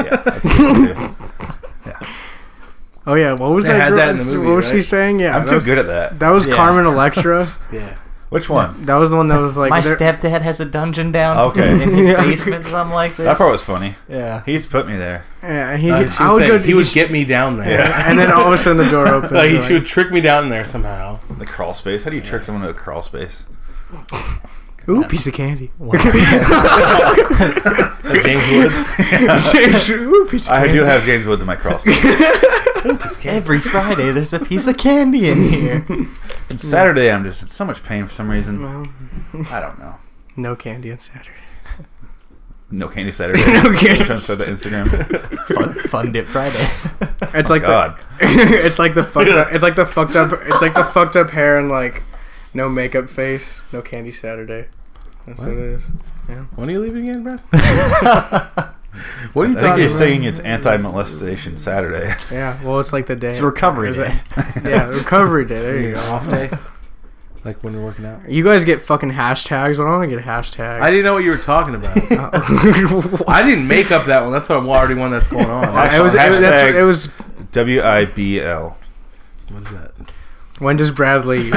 S1: yeah, that's good. too.
S4: [LAUGHS] oh yeah, what was
S2: They
S4: that?
S2: had
S4: girl-
S2: that in the movie,
S4: what was she
S2: right?
S4: saying? Yeah,
S1: I'm
S4: that
S1: too
S4: was,
S1: good at that.
S4: That was
S2: Yeah. [LAUGHS]
S4: Carmen Electra.
S2: Yeah.
S1: Which one?
S4: That was the one that was like
S3: My
S4: they're-
S3: stepdad has a dungeon down
S1: Okay.
S3: in his
S4: Yeah.
S3: basement, something like this.
S1: That part was funny.
S3: yeah.
S1: He's put me there.
S4: Yeah, he,
S2: Uh, she
S4: I would
S2: saying,
S4: go.
S2: he would get me down there. [LAUGHS]
S1: Yeah.
S4: and then all of a sudden the door opens.
S2: Like, he,
S4: You're
S2: she would trick me down there somehow.
S1: The crawl space. How do you trick someone into a crawl space?
S4: like, Ooh, piece of candy.
S2: [LAUGHS] Like James Woods.
S4: [LAUGHS] James, ooh, piece of
S1: I
S4: candy.
S1: do have James Woods in my crawl space.
S3: Every Friday, there's a piece of candy in here.
S1: And Saturday, I'm just in so much pain for some reason.
S4: Well,
S1: I don't know.
S4: no candy on Saturday.
S1: No candy [LAUGHS] Saturday.
S4: No candy.
S1: Trying to start the [LAUGHS] Instagram.
S3: Fun, fun Dip [LAUGHS] Friday.
S4: [LAUGHS] It's like
S1: God.
S4: the, [LAUGHS] it's like the fucked up. It's like the fucked up. It's like the fucked up hair and like no makeup face, no candy Saturday. That's what,
S2: What?
S4: it is.
S2: When are you leaving again, bro? What are you
S1: I think
S2: talking
S1: you're
S2: about?
S1: saying it's anti-molestation [LAUGHS] Saturday.
S4: Yeah. Well, it's like the day.
S3: It's recovery
S4: There's
S3: day.
S4: a- [LAUGHS] yeah, recovery day. There
S2: There [LAUGHS]
S4: you
S2: you go.
S4: go.
S2: Off day. Like when we're working out.
S4: You guys get fucking hashtags. Why don't I get a hashtag?
S2: I didn't know what you were talking about.
S4: [LAUGHS] Oh.
S2: I didn't make up that one. That's I'm already one that's going on.
S1: Hashtag-
S4: it was, it was, that's,
S1: hashtag-
S4: it was
S1: W I B L.
S2: What is that?
S4: when does
S1: [LAUGHS]
S4: Brad leave?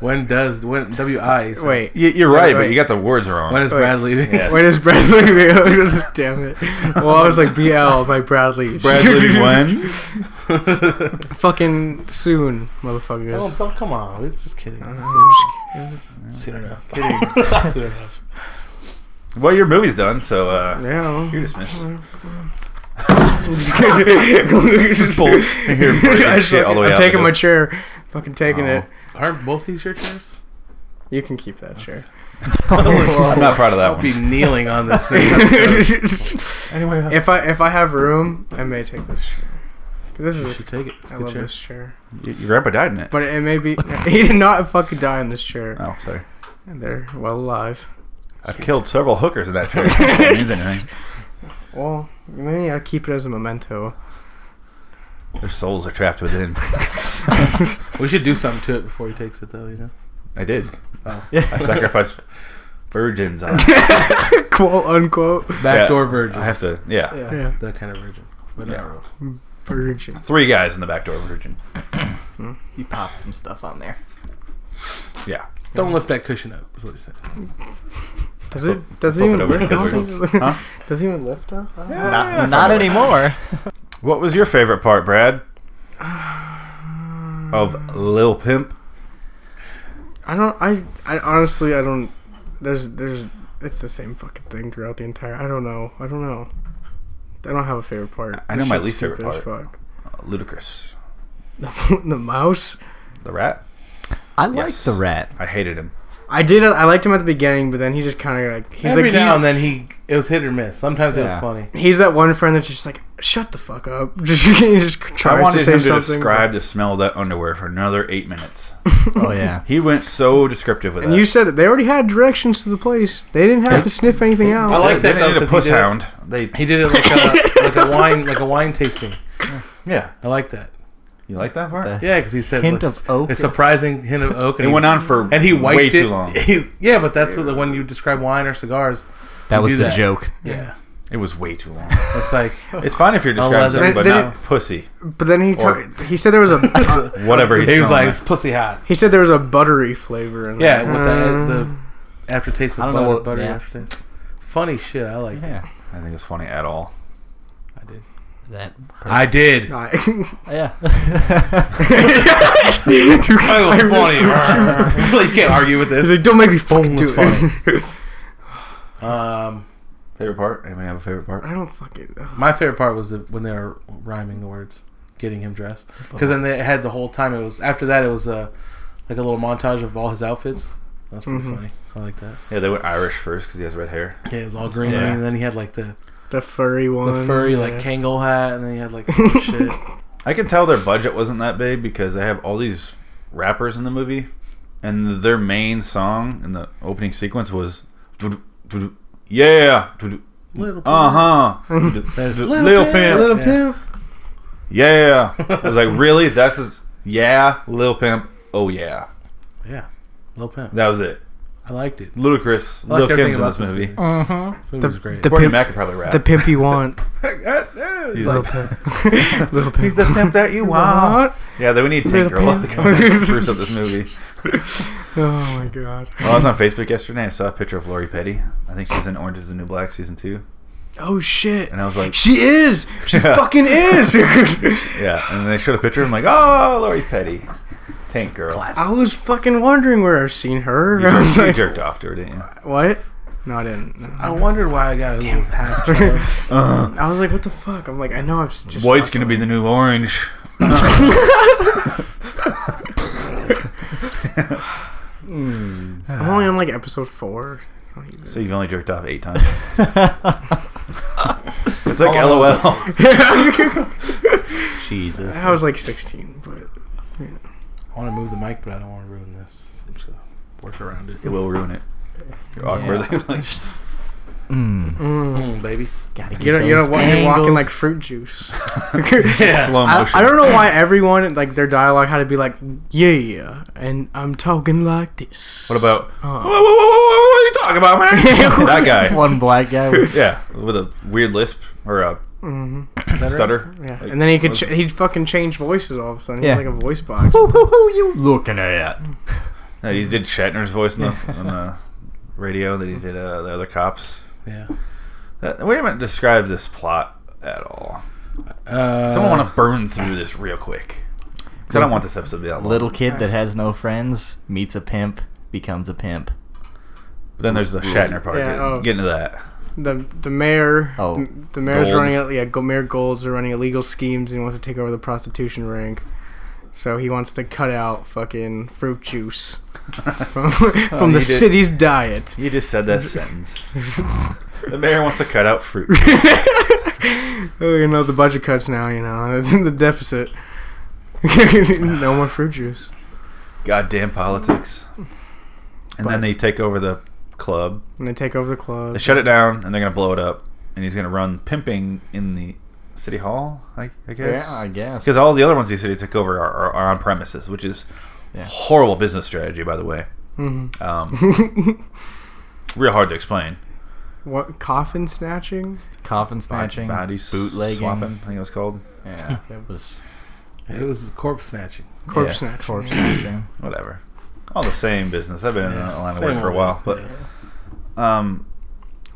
S2: When does when W I so
S4: Wait,
S1: Y- You're right, but
S4: wait.
S1: you got the words wrong. [LAUGHS]
S2: When is
S4: Wait.
S2: Brad leaving? [LAUGHS]
S1: Yes.
S4: Where does Brad [LAUGHS] leave? Damn it. Well, I was like BL by Brad
S1: [LAUGHS]
S4: leaves.
S1: Brad leaving when?
S4: [LAUGHS] Fucking soon,
S2: Don't,
S4: motherfuckers.
S2: don't come on. We're just kidding.
S4: I'm just kidding.
S2: Soon enough. Kidding. Soon enough.
S1: Well, your movie's done, so uh,
S4: Yeah.
S1: you're [LAUGHS] dismissed.
S4: [LAUGHS] Bull-
S1: You're breaking shit all the way
S4: I'm
S1: out
S4: taking
S1: the-
S4: my chair. Fucking taking
S1: Oh.
S4: it.
S2: Aren't both these your chairs?
S4: You can keep that
S1: [LAUGHS]
S4: chair.
S1: I'm not proud of that
S2: I'll be
S1: one.
S2: kneeling on this.
S4: [LAUGHS]
S2: next episode.
S4: if
S1: Anyway,
S4: I if I have room, I may take this chair. This
S2: You
S4: is
S2: should take it. It's a
S4: I
S2: good
S4: love
S2: chair.
S4: this chair.
S1: y- your grandpa died in it.
S4: But it may be [LAUGHS] he did not fucking die in this chair.
S1: Oh, sorry.
S4: And they're well alive.
S1: I've killed several hookers in [LAUGHS] that chair. It doesn't mean anything.
S4: Well, maybe I keep it as a memento.
S1: Their souls are trapped within.
S2: We should do something to it before he takes it, though. You know.
S1: I did.
S2: Oh.
S1: [LAUGHS] I sacrificed virgins [LAUGHS] on
S4: [LAUGHS] Quote unquote.
S2: Backdoor
S1: Yeah,
S2: virgin.
S1: I have to, yeah.
S4: Yeah.
S2: That kind of virgin. But
S1: Yeah.
S2: not real.
S4: Virgin.
S1: Three guys in the back door virgin.
S3: You popped some stuff on there.
S1: Yeah.
S2: Don't lift that cushion up. Is what he said.
S4: Does
S1: Flip-
S4: it does it
S1: flip it
S4: even
S1: over
S4: lift? Uh, I
S1: to
S4: don't
S1: the
S4: think [LAUGHS]
S1: original.
S4: it-
S1: Huh?
S4: Does it even lift up? I don't know.
S1: Yeah, I
S3: Not,
S1: found
S3: not
S1: it.
S3: anymore.
S1: What was your favorite part, Brad? Of Lil Pimp?
S4: I don't I I honestly I don't there's there's it's the same fucking thing throughout the entire I don't know. I don't know. I don't have a favorite part.
S1: I
S4: This
S1: know my
S4: shit's
S1: least favorite
S4: stupid as fuck.
S1: Ludicrous.
S4: The, [LAUGHS] the mouse.
S1: The rat?
S3: I like
S1: Yes.
S3: the rat.
S1: I hated him.
S4: I did. I liked him at the beginning, but then he just kind of like he's
S2: Every
S4: like
S2: now
S4: he's-
S2: and then he it was hit or miss. Sometimes it was
S1: Yeah.
S2: funny.
S4: he's that one friend that's just like, shut the fuck up. [LAUGHS] Just, he just tries
S1: I wanted
S4: to say
S1: him to
S4: something.
S1: describe the smell of that underwear for another eight minutes.
S3: Oh [LAUGHS] yeah.
S1: He went so descriptive with
S4: and
S1: that.
S4: you said that they already had directions to the place. They didn't have
S1: Yeah.
S4: to sniff anything out.
S2: I
S1: They-
S2: like
S1: they
S2: that,
S1: didn't
S2: though,
S1: need a
S2: 'cause he
S1: puss
S2: did it-
S1: hound. They,
S2: He did it like a like
S3: [LAUGHS]
S2: a wine like a wine tasting.
S1: yeah.
S2: I like that.
S1: You like that part?
S3: The
S2: Yeah, because he said
S3: hint
S2: like,
S3: of oak.
S2: a surprising hint
S3: [LAUGHS]
S2: of oak.
S1: It went on for
S2: and he wiped
S1: way
S2: it.
S1: too long.
S2: [LAUGHS] He- yeah, but that's the when you describe wine or cigars.
S3: that
S2: you
S3: was
S2: do
S3: the
S2: that.
S3: joke.
S2: Yeah,
S1: It was way too long.
S2: it's like
S1: It's fine
S2: [LAUGHS]
S1: if you're describing
S2: Unless-
S1: something, but
S4: Then-
S1: not pussy.
S4: but then he
S1: Or-
S4: ta- he said there
S1: [LAUGHS]
S4: was a
S1: Whatever he's
S2: he was like
S1: smelling.
S2: it's pussy hot.
S4: he said there was a buttery flavor. In
S2: Yeah,
S4: there.
S2: with
S1: uh,
S2: the the aftertaste
S3: Mm. I
S2: of
S3: don't know
S2: butter,
S3: what-
S2: buttery
S3: yeah.
S2: aftertaste. Funny shit. I like. it.
S3: Yeah.
S1: I think it was funny at all.
S2: I did.
S3: That.
S2: I did.
S4: [LAUGHS] I-
S3: Yeah.
S2: It was [LAUGHS] funny. [LAUGHS] you can't argue with
S4: He's like,
S2: this.
S4: don't make me fucking
S2: was
S4: do it.
S2: [LAUGHS] Um,
S1: Favorite part? Anybody have a favorite part?
S4: I don't fucking. Know.
S2: My favorite part was the, when they were rhyming the words, getting him dressed. Because then they had the whole time. It was after that. It was uh, like a little montage of all his outfits. That's pretty
S4: Mhm.
S2: funny. I like that.
S1: Yeah, they went Irish first because he has red hair.
S2: Yeah, it was all green,
S3: Yeah.
S2: and then he had like the
S4: The furry one.
S2: the furry like
S4: yeah.
S2: Kangol hat, and then he had like
S4: [LAUGHS]
S2: some other shit.
S1: I can tell their budget wasn't that big because they have all these rappers in the movie, and their main song in the opening sequence was, "Doo-doo, doo-doo, yeah,
S2: Little
S1: uh huh,
S2: That's
S1: Lil Pimp,
S4: Uh-huh. Little
S2: Yeah.
S4: pimp.
S1: yeah. I was like, really? That's his, yeah, Lil Pimp. Oh yeah,
S2: Yeah, Lil Pimp.
S1: that was it.
S2: I liked it.
S1: Ludacris,
S2: I liked
S1: Lil
S2: everything
S1: Kim's in
S2: about
S1: this movie.
S2: movie.
S3: Mm-hmm.
S2: This movie
S4: The-
S2: was great.
S4: the-
S1: Bernie
S4: pimp-
S1: Mac could probably rap. [LAUGHS]
S4: The pimp you want.
S1: He's
S4: Little
S1: like,
S4: pimp. [LAUGHS] Little pimp.
S1: He's [LAUGHS] the pimp that you want. Yeah, then we need Tank
S4: Little
S1: Girl to
S4: pimp.
S1: come and spruce up this movie.
S4: Oh my god.
S1: Well, I was on Facebook yesterday. I saw a picture of Lori Petty. I think she's in Orange Is the New Black season two,
S4: Oh shit.
S1: and I was like,
S4: She is.
S1: [LAUGHS]
S4: She
S1: Yeah.
S4: fucking is. [LAUGHS]
S1: yeah. And they showed a picture. I'm like, oh, Lori Petty, Tank Girl.
S4: I was fucking wondering where I've seen her. [LAUGHS]
S1: You
S4: I
S1: jerked,
S4: was
S1: you
S4: like,
S1: jerked off to her, didn't you?
S4: what? No, I didn't. No.
S2: I wondered why I got a little half chub.
S1: Uh,
S4: I was like, what the fuck? I'm like, I know I've s- just.
S1: White's
S4: saw
S1: gonna be the
S4: something.
S1: new orange.
S3: Hmm.
S4: I'm only on like episode four. I don't even-
S1: So you've only jerked off eight times. It's
S4: [LAUGHS]
S1: like LOL.
S3: [LAUGHS] Jesus.
S4: I was like 16, but
S2: I want to move the mic, but I don't want to ruin this. I'm just gonna work around it.
S1: It will ruin it. You're awkward. [LAUGHS]
S4: [LAUGHS]
S1: like,
S3: Mm.
S4: mm.
S2: Mm, baby.
S3: Gotta get
S4: you know, you know
S3: those
S4: what? You're
S3: angles. [LAUGHS]
S4: walking like [LAUGHS] fruit juice.
S1: slow
S4: I,
S1: motion.
S4: I don't know why everyone like their dialogue had to be like yeah, and I'm talking like this.
S1: What
S4: [LAUGHS]
S1: about? Whoa, whoa,
S4: Uh,
S1: whoa, whoa, whoa, what are you talking about,
S4: [LAUGHS]
S1: man? that guy.
S3: one black guy.
S1: [LAUGHS]
S3: With,
S1: Yeah, with a weird lisp or a
S4: mhm.
S2: Better?
S1: stutter.
S4: Yeah,
S1: Like,
S4: and then he could
S1: was-
S4: ch- he'd fucking change voices all of a sudden. He
S3: Yeah.
S4: had like a voice box.
S3: who, who, who you looking at?
S1: No, he did Shatner's voice
S3: [LAUGHS]
S1: on the, on the radio. Then he did uh, the other cops.
S2: Yeah.
S1: Uh, we haven't described this plot at all.
S2: Uh,
S1: So I want to burn through this real quick because I don't want this episode to be that long.
S3: Little kid that has no friends meets a pimp, becomes a pimp.
S1: But then there's the Shatner part.
S4: Yeah,
S1: Get-
S4: oh.
S1: Get into that.
S3: [LAUGHS]
S4: The the mayor,
S3: Oh,
S4: the, the mayor's
S1: Gold.
S4: running. Yeah, Go- Mayor Gold's are running illegal schemes and he wants to take over the prostitution ring. So he wants to cut out fucking fruit juice from, [LAUGHS] from
S1: Oh,
S4: the
S1: he did.
S4: city's diet.
S1: You just said
S3: [LAUGHS]
S1: that sentence. the mayor wants to cut out fruit.
S4: Oh, you know the budget cuts now. You know [LAUGHS] it's in the deficit. no more fruit juice.
S1: Goddamn politics. And
S4: But-
S1: then they take over the club.
S4: And they take over the club.
S1: They shut it down, and they're gonna blow it up. And he's gonna run pimping in the city hall. I, I guess.
S3: Yeah, I guess.
S1: Because all the other ones these cities took over are, are, are on premises, which is
S3: Yeah.
S1: horrible business strategy, by the way.
S4: Mhm.
S1: Um,
S3: [LAUGHS]
S1: real hard to explain.
S4: Mm-hmm. [LAUGHS] What coffin snatching?
S3: Coffin
S1: Bod-
S3: snatching,
S1: body s-
S3: bootlegging.
S1: swapping, I think it was called.
S3: Yeah, it was
S2: Uh, It was corpse snatching.
S4: Corpse
S1: Yeah,
S4: snatching.
S3: corpse
S4: yeah.
S3: snatching.
S1: Whatever. All the same business. I've been in that line of
S2: Same
S1: work for a
S2: old-
S1: while, but
S2: yeah.
S1: um,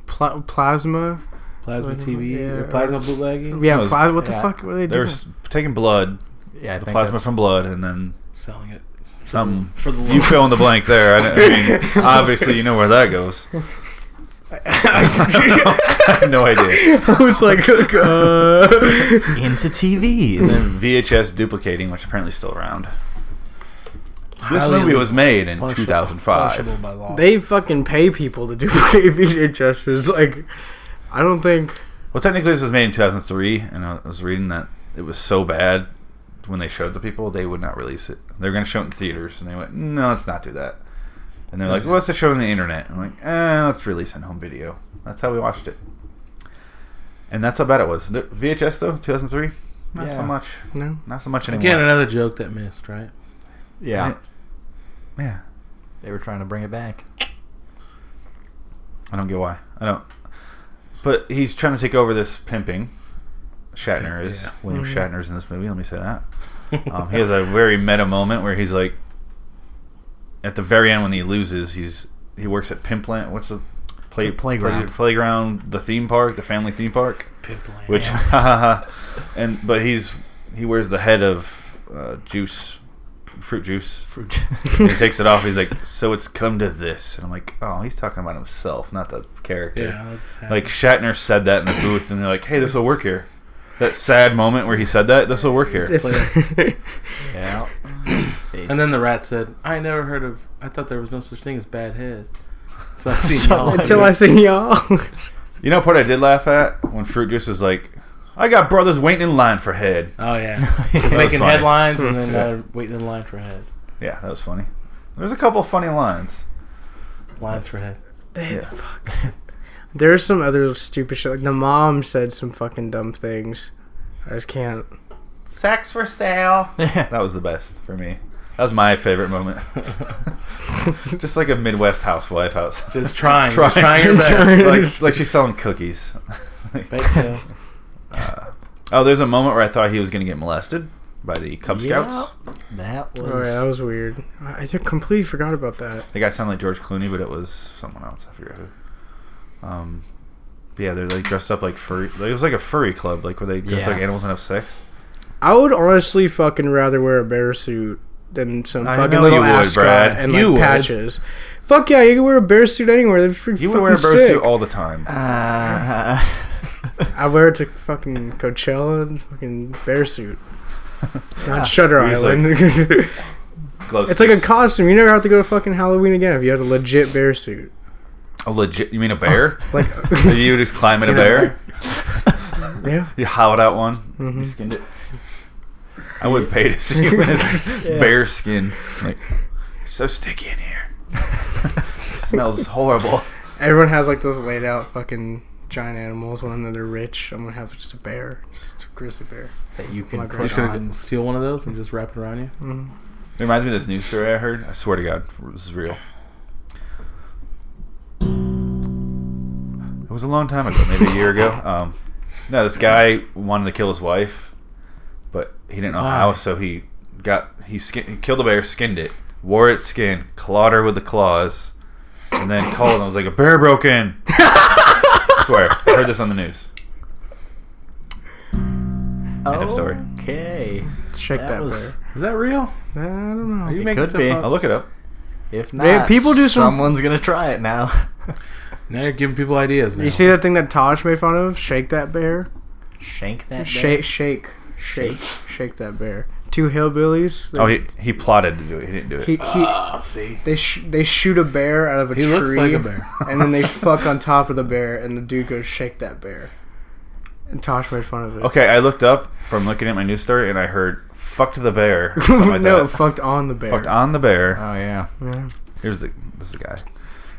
S4: Pla- plasma.
S2: plasma TV,
S4: Yeah,
S2: or
S4: or-
S2: plasma bootlegging,
S4: Yeah,
S1: was-
S4: plasma. What the
S3: yeah.
S4: fuck were they
S1: they were
S4: doing?
S1: s- taking blood,
S3: Yeah, I
S1: the
S3: think
S1: plasma
S3: that's-
S1: from blood, and
S3: [LAUGHS]
S1: then
S2: selling it
S1: some.
S2: for the
S1: You
S2: low.
S1: fill in the blank there. I, I
S3: [LAUGHS]
S1: mean, obviously, you know where that goes. I have no idea.
S4: I was like,
S2: [LAUGHS]
S3: into
S4: uh,
S3: [LAUGHS]
S1: And
S3: TVs.
S1: then VHS duplicating, which apparently is still around. This
S2: Highly
S1: movie was made in
S2: punishable-
S1: 2005.
S2: punishable by law.
S4: they fucking pay people to do [LAUGHS] VHSs. Like, I don't think.
S1: Well, technically, this was made in 2003, and I was reading that it was so bad when they showed the people, they would not release it. They were going to show it in theaters, and they went, no, let's not do that. And they're like, well, let's just show it on the internet. I'm like, eh, let's release it on home video. That's how we watched it. And that's how bad it was. The VHS, though, 2003, not so
S3: Yeah.
S1: much.
S4: No.
S1: Not so much anymore.
S2: Again, another joke that missed, right?
S3: yeah,
S1: yeah.
S3: they were trying to bring it back.
S1: I don't get why. I don't. But he's trying to take over this pimping. Shatner is
S2: Yeah. Mm-hmm.
S1: William
S4: Mhm.
S1: Shatner's in this movie. Let me say that. [LAUGHS] Um, he has a
S2: [LAUGHS]
S1: very meta moment where he's like, at the very end when he loses, he's he works at Pimplant. What's the play
S3: The playground.
S1: play- playground, the theme park, the family theme park.
S2: Pimpling.
S1: Which, [LAUGHS] ha ha ha. and but he's he wears the head of uh, juice, fruit juice.
S3: Fruit.
S1: And he takes it off. He's like, so it's come to this, and I'm like, oh, he's talking about himself, not the character.
S2: yeah, that just happened.
S1: Like Shatner said that in the booth, and they're like, "Hey, this will work here." That sad moment where he said that, this will work here.
S4: It's, [LAUGHS]
S3: yeah.
S2: and then the rat said, "I never heard of. I thought there was no such thing as bad head." So I seen
S3: So-
S2: y'all.
S4: until I seen y'all. [LAUGHS]
S1: You know part I did laugh at when Fruit Juice is like, "I got brothers waiting in line for head."
S2: Oh yeah,
S3: That
S2: Just
S3: was
S2: making
S1: funny.
S2: headlines and then uh, waiting in line for head.
S1: Yeah, that was funny. There's a couple funny lines.
S2: Lines for head.
S1: Yeah.
S4: There's some other stupid shit. Like the mom said some fucking dumb things. I just can't.
S1: Sex for sale. [LAUGHS] That was the best for me. That was my favorite moment. [LAUGHS] just like a Midwest housewife house.
S2: Just trying, just trying her
S4: Trying.
S2: best.
S1: [LAUGHS]
S2: [LAUGHS]
S1: Like, like she's selling cookies.
S2: Like, bake sale.
S1: [LAUGHS] Uh, oh, there's a moment where I thought he was going to get molested by the Cub Scouts.
S3: That was.
S4: Oh yeah, that was weird. I I completely forgot about that.
S1: The guy sounded like George Clooney, but it was someone else. I forget who. Um, but yeah, they're like dressed up like furry. Like, it was like a furry club, like where they dress
S3: Yeah.
S1: like animals and have sex.
S4: I would honestly fucking rather wear a bear suit than some
S1: I
S4: fucking
S1: know
S4: little
S1: you would,
S4: ascot
S1: Brad.
S4: and
S1: You
S4: like
S1: would.
S4: patches. Fuck yeah, you can wear a bear suit anywhere. They're freaking
S1: You would wear a bear
S4: fucking sick.
S1: suit all the time.
S3: Uh,
S1: Ah.
S3: [LAUGHS]
S4: I wear it to fucking Coachella and fucking bear suit. Not Shutter
S1: He's like-
S4: Island.
S1: [LAUGHS] Glow
S4: it's like a
S1: sticks.
S4: costume. You never have to go to fucking Halloween again if you had a legit bear suit.
S1: a legit. You mean a
S4: [LAUGHS]
S1: bear?
S4: Like,
S1: you would just climb in a
S2: Skin a
S1: bear.
S4: yeah.
S1: You howled out one. You
S4: Mhm.
S1: skinned it. I would pay to see you in
S4: [LAUGHS]
S1: his bear skin. Like, so sticky in here. it smells horrible.
S4: Everyone has like those laid out fucking giant animals. One that they're rich. I'm gonna have just a bear, just a grizzly bear.
S3: that you
S4: My
S3: can
S2: We're
S4: grandma.
S3: put
S2: just gonna
S3: on.
S2: steal one of those and just wrap it around you.
S4: Mm.
S1: It reminds me of this news story I heard. I swear to God, this is real. It was a long time ago, maybe a year ago. Um, no, this guy wanted to kill his wife, but he didn't know
S2: Why?
S1: how, so he got he, skin, he killed a bear, skinned it, wore its skin, clawed her with the claws, and then called and was like, "A bear broke in." I swear, I heard this on the news. End of story.
S3: Okay.
S4: Check
S3: That
S4: that,
S3: was-
S2: Is that real?
S4: bear. I don't know.
S2: Are you
S3: It
S2: making
S3: could
S2: stuff
S3: be.
S1: I'll
S2: up?
S1: look it up.
S3: If not,
S4: They- people do some-
S3: someone's gonna try it now. [LAUGHS]
S2: Now you're giving people ideas. Now.
S4: You see that thing that Tosh made fun of? Shake that bear.
S3: Shank that.
S4: Shake, shake, shake, shake that bear. Two hillbillies. They,
S1: Oh, he he plotted to do it. He didn't do it.
S4: he, he
S2: Ah, see.
S4: they sh- they shoot a bear out of a
S2: He
S4: tree.
S2: looks like a bear.
S4: [LAUGHS] and then they fuck on top of the bear, and the dude goes shake that bear. And Tosh made fun of it. [LAUGHS]
S1: Okay, I looked up from looking at my news story and I heard "fucked the
S3: [LAUGHS]
S1: bear." or something like
S4: no,
S1: that.
S4: fucked on the bear.
S1: fucked on the bear.
S3: Oh yeah.
S4: Yeah.
S1: Here's the this is the guy,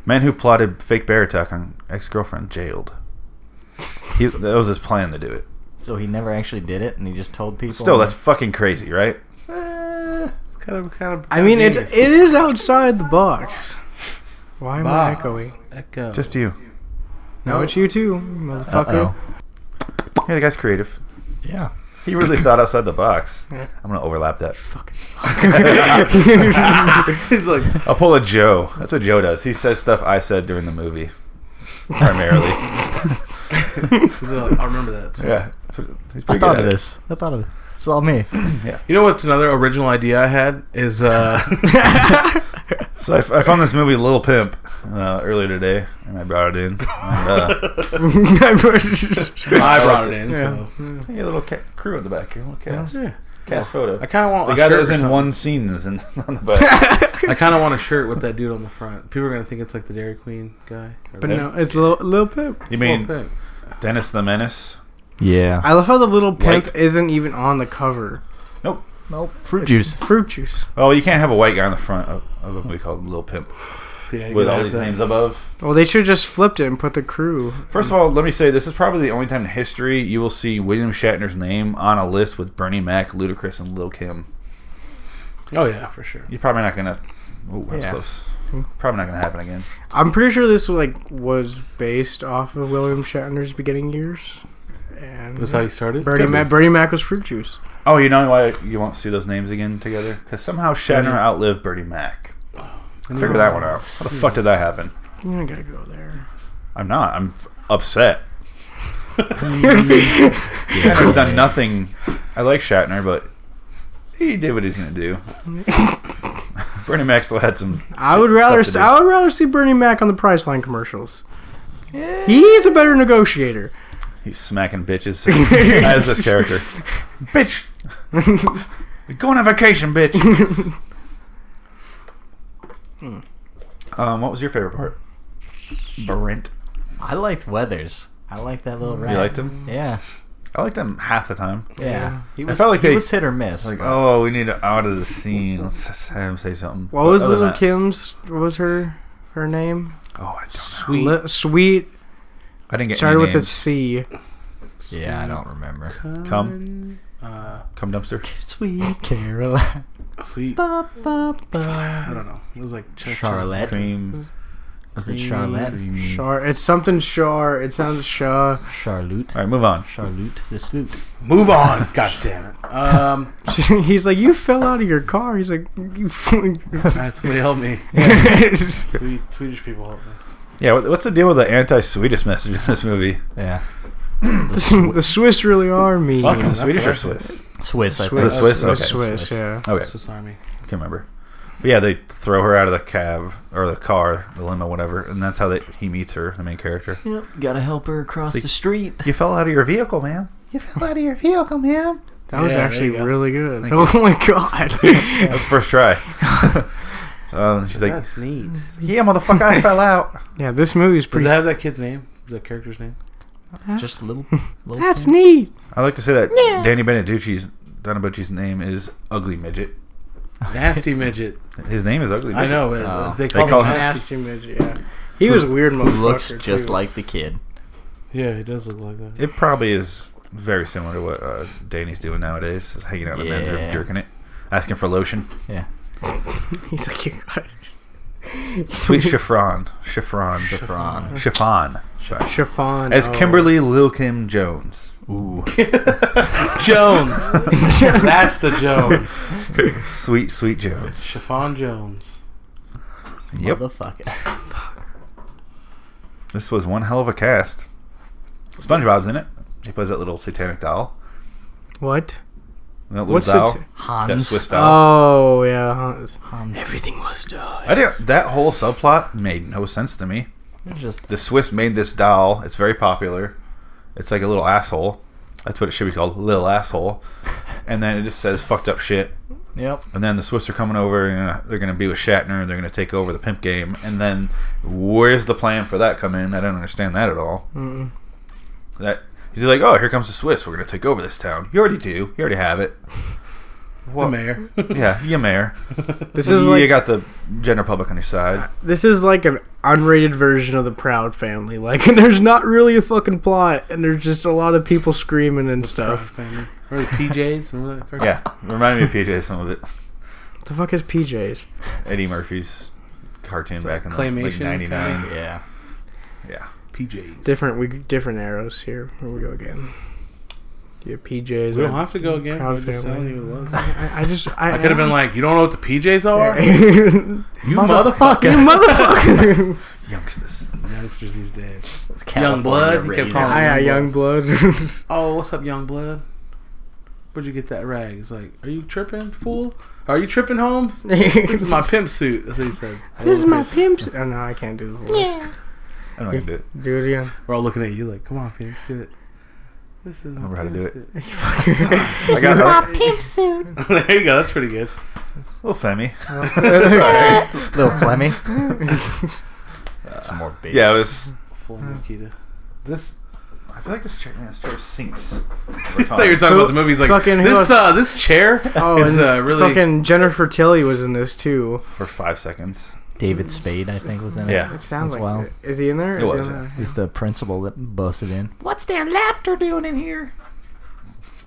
S1: man who plotted fake bear attack on ex girlfriend jailed. He, that was his plan to do it.
S3: So he never actually did it, and he just told people.
S1: Still, that's fucking crazy, right?
S2: Eh, it's kind of kind of.
S4: I mean, it's it
S2: genius.
S4: is outside the box. Why am I
S2: Box.
S4: echoing?
S2: Echo.
S1: Just you.
S4: No, it's you too, motherfucker.
S3: Uh-oh.
S1: Yeah, the guy's creative.
S3: Yeah.
S1: He really thought outside the box.
S4: Yeah.
S1: I'm gonna overlap that.
S4: [LAUGHS]
S2: He's like,
S1: I'll pull a Joe. That's what Joe does. He says stuff I said during the movie,
S3: [LAUGHS]
S1: primarily.
S2: he's like, I remember that.
S1: yeah, that's what, he's
S3: I
S1: pretty
S3: thought
S1: good at
S3: of
S1: it.
S3: this. I thought of it. It's all me.
S2: You know what's another original idea I had is uh, [LAUGHS]
S1: So I, f- I found this movie Little Pimp uh, earlier today, and I brought it in. And,
S2: [LAUGHS]
S1: uh,
S2: I brought it in.
S4: Yeah.
S2: So
S1: hey, a little ca- crew in the back here, little cast,
S2: Yeah.
S1: cast photo.
S2: I kind of want
S1: the
S2: a
S1: guy that
S2: shirt
S1: was
S2: or
S1: in
S2: something.
S1: one scene is in [LAUGHS] on the
S2: [LAUGHS]
S1: back.
S2: I kind of want a shirt with that dude on the front. People are gonna think it's like the Dairy Queen guy.
S4: but no, it's little little pimp.
S1: you
S2: Little
S1: mean
S2: Pimp.
S1: Dennis the Menace?
S3: Yeah.
S4: I love how the little pimp
S1: White.
S4: isn't even on the cover.
S3: Nope. Fruit juice.
S4: Fruit juice.
S1: Oh, you can't have a white guy on the front of, of a movie called Little Pimp
S2: Yeah, you
S1: with
S2: gotta
S1: all
S2: have
S1: these
S2: that.
S1: names above.
S4: Well, they should have just flipped it and put the crew.
S1: First of all, let me say this is probably the only time in history you will see William Shatner's name on a list with Bernie Mac, Ludacris, and Lil Kim.
S2: Oh yeah, for sure.
S1: You're probably not gonna. Oh, that was
S3: Yeah.
S1: close. Probably not gonna happen again.
S4: I'm pretty sure this like was based off of William Shatner's beginning years. And
S2: That's how you started.
S4: Bernie,
S1: Could
S4: Ma-
S1: be.
S4: Bernie Mac was fruit juice.
S1: Oh, you know why you won't see those names again together? Because somehow Shatner
S2: Bernie-
S1: outlived Bernie Mac. Figure that one out. How the fuck did that happen?
S4: You're not gonna go there.
S1: I'm not. I'm f-
S4: [LAUGHS]
S1: upset. Shatner's done nothing. I like Shatner, but he did what he's gonna
S4: [LAUGHS]
S1: do. Bernie Mac still had some.
S4: I
S1: s-
S4: would rather
S1: stuff to
S4: s-
S1: do.
S4: I would rather see Bernie Mac on the Priceline commercials. He's a better negotiator.
S1: He's smacking bitches [LAUGHS] as this
S4: [LAUGHS]
S1: character. Bitch, we're going on vacation,
S4: [LAUGHS]
S1: bitch. Hmm. um, what was your favorite part? Brent.
S3: I liked Weathers. I like that little
S4: You
S3: rat.
S1: liked him?
S3: Yeah.
S1: I liked him half the time.
S3: Yeah. He
S1: I
S3: was,
S1: felt like
S3: he
S1: they-
S3: was hit or miss.
S1: Like,
S3: but-
S1: oh, we need to out of the scene. Let's just have him say something.
S4: What
S1: But
S4: was
S1: other
S4: little
S1: than that-
S4: Kim's? What was her her name?
S1: Oh, I don't.
S2: Sweet.
S4: Li- sweet.
S1: I didn't get
S4: Started
S1: any
S4: with a
S1: names.
S4: C.
S3: yeah, I don't remember.
S1: Come.
S2: Uh,
S1: Come dumpster.
S3: [LAUGHS] Sweet Caroline.
S2: sweet.
S3: Ba, ba, ba.
S2: I don't know. It was like Chuck-
S3: Charlotte.
S1: Cream. Mm-hmm.
S3: Was it Charlotte?
S4: Mm-hmm.
S1: Creamy. All
S4: Char. It's something Char. It sounds Shaw.
S3: Charlotte.
S1: right, move on.
S3: Charlotte the Sloot.
S2: Move on. [LAUGHS] God damn it. Um,
S4: [LAUGHS] He's like, you fell out of your car. He's like,
S2: [LAUGHS]
S4: you. [LAUGHS] f-
S2: that's somebody help me. Sweet Swedish people help me.
S1: Yeah, what- what's the deal with the anti-Swedish message in this movie?
S3: [LAUGHS] Yeah.
S4: the Swiss really are mean.
S2: Fuck.
S1: Is it
S2: That's
S1: Swedish
S2: what
S1: or
S2: I said.
S1: Swiss?
S3: Swiss, I think.
S1: The Swiss?
S4: The
S1: Okay.
S4: Swiss, yeah.
S1: Okay,
S2: Swiss Army.
S1: I can't remember. But yeah, they throw her out of the cab or the car, the limo, whatever, and that's how they, he meets her, the main character.
S3: Yep. Gotta help her across
S1: Like-
S3: the street.
S1: You fell out of your vehicle, ma'am. You fell out of your vehicle, ma'am.
S4: That was
S2: Yeah, there
S4: actually
S2: you go.
S4: really good.
S1: Thank
S4: Oh my
S2: [LAUGHS]
S4: god.
S1: That's the first [LAUGHS] try. um, she's like,
S2: that's neat.
S1: yeah, motherfucker, I fell out.
S4: yeah, this movie's
S2: Does
S4: pretty.
S2: that have that kid's name? The character's name?
S3: Just a little. little
S4: [LAUGHS] That's
S3: thing.
S4: neat.
S1: I like to say that Danny Beneducci's Donabucci's name is Ugly Midget.
S2: Nasty
S1: [LAUGHS]
S2: midget.
S1: His name is Ugly
S2: I
S1: Midget.
S2: know. it.
S3: Oh.
S2: They
S1: They
S2: call,
S1: call
S2: him
S1: him-
S2: nasty.
S4: yeah. He was a weird
S3: Who
S4: motherfucker.
S3: looks just
S4: too.
S3: like the kid.
S2: Yeah, he does look like that.
S1: It probably is very similar to what uh, Danny's doing nowadays. Is hanging out in the men's room,
S3: Yeah.
S1: jerking it, asking for lotion.
S3: Yeah.
S4: [LAUGHS] He's like, you got
S1: [LAUGHS]
S4: [LAUGHS]
S1: Sweet [LAUGHS] chiffon, chiffon,
S2: [LAUGHS]
S3: Chiffon.
S1: chiffon. Sorry.
S4: chiffon.
S1: As
S4: oh.
S1: Kimberly Lil Kim Jones.
S3: Ooh.
S2: [LAUGHS]
S3: [LAUGHS]
S2: Jones. That's the Jones.
S1: Sweet, sweet Jones.
S2: Chiffon Jones.
S1: Yep.
S3: Motherfucker.
S1: This was one hell of a cast. SpongeBob's in it. He plays that little satanic doll.
S4: What?
S1: That little
S4: What's
S1: doll.
S4: the? T-
S3: Hans.
S1: that Swiss doll.
S4: oh yeah. Hans.
S3: Hans.
S4: Everything was done.
S1: I didn't. That whole subplot made no sense to me.
S3: Just
S1: The Swiss made this doll. It's very popular. It's like a little asshole. That's what it should be called, little asshole. And then it just says fucked up shit.
S3: Yep.
S1: And then the Swiss are coming over. and They're going to be with Shatner. They're going to take over the pimp game. And then where's the plan for that come in? I don't understand that at all.
S4: Mm-mm.
S1: That he's like, oh, here comes the Swiss. We're going to take over this town. You already do. You already have
S2: [LAUGHS]
S1: it.
S2: What? The mayor. [LAUGHS]
S1: Yeah, you mayor.
S4: This is like
S1: you got the general public on your
S2: [LAUGHS]
S1: side.
S4: this is like an unrated version of the Proud Family. [LAUGHS] Like, there's not really a fucking plot, and there's just a lot of people screaming and stuff.
S2: Remember the PJs? Remember that cartoon?
S1: Um, Yeah, reminded me of PJ some of it.
S4: The fuck is PJs?
S1: Eddie Murphy's cartoon
S2: It's
S1: back in
S2: like
S1: the, like
S2: claymation
S1: 99.
S3: Yeah.
S1: Yeah.
S2: PJs.
S4: Different we different arrows here. Here we go again. Yeah, PJs.
S2: We don't
S4: and
S2: have to go again.
S4: Proud
S2: We're just
S4: Family.
S2: telling you what it
S4: [LAUGHS]
S2: was.
S4: I, I- I just I,
S2: I could have been like, you don't know what the PJs are?
S4: [LAUGHS] you
S1: You
S3: Motherfucker.
S4: motherfucker.
S1: [LAUGHS] Youngsters.
S2: [LAUGHS] Youngsters these days.
S3: California
S2: blood, you can
S3: raisins.
S2: call him.
S4: I got young blood.
S2: Oh, what's up, young blood? Where'd you get that rag? It's like, are you tripping, fool? Are you tripping,
S4: [LAUGHS]
S2: Holmes? [LAUGHS] This is my pimp suit. That's what he said.
S4: This is my pimp. s- Oh no, I can't do the voice.
S1: I'm not going to do it.
S4: Do it again.
S2: We're all looking at you like, come on, Phoenix, do it. This is my
S1: Remember how to
S2: pimp
S1: do it.
S2: suit. [LAUGHS]
S4: [LAUGHS]
S1: I got a
S3: pimp suit.
S2: there you go. That's
S1: [LAUGHS]
S2: pretty good. [LAUGHS]
S1: little Femi.
S4: Oh.
S3: Little [LAUGHS] Flemmy. Some more bass.
S1: Yeah, it was.
S2: Full Nikita.
S1: This. I feel like this chair, man, this chair sinks.
S2: [LAUGHS] I thought you were talking about the movies. Like
S4: Fucking who
S2: this,
S4: else-
S2: uh, this chair
S4: Oh,
S2: is
S4: and
S2: uh, really.
S4: fucking Jennifer Tilly was in this too.
S1: For five seconds.
S3: David Spade, I think, was in it.
S1: Yeah.
S4: It sounds
S3: As
S4: like
S3: well.
S4: it. Is he in there?
S1: It
S4: Is he
S1: was,
S4: in
S1: yeah.
S4: there?
S3: He's the principal that busted in. What's their laughter doing
S1: [LAUGHS]
S3: in here?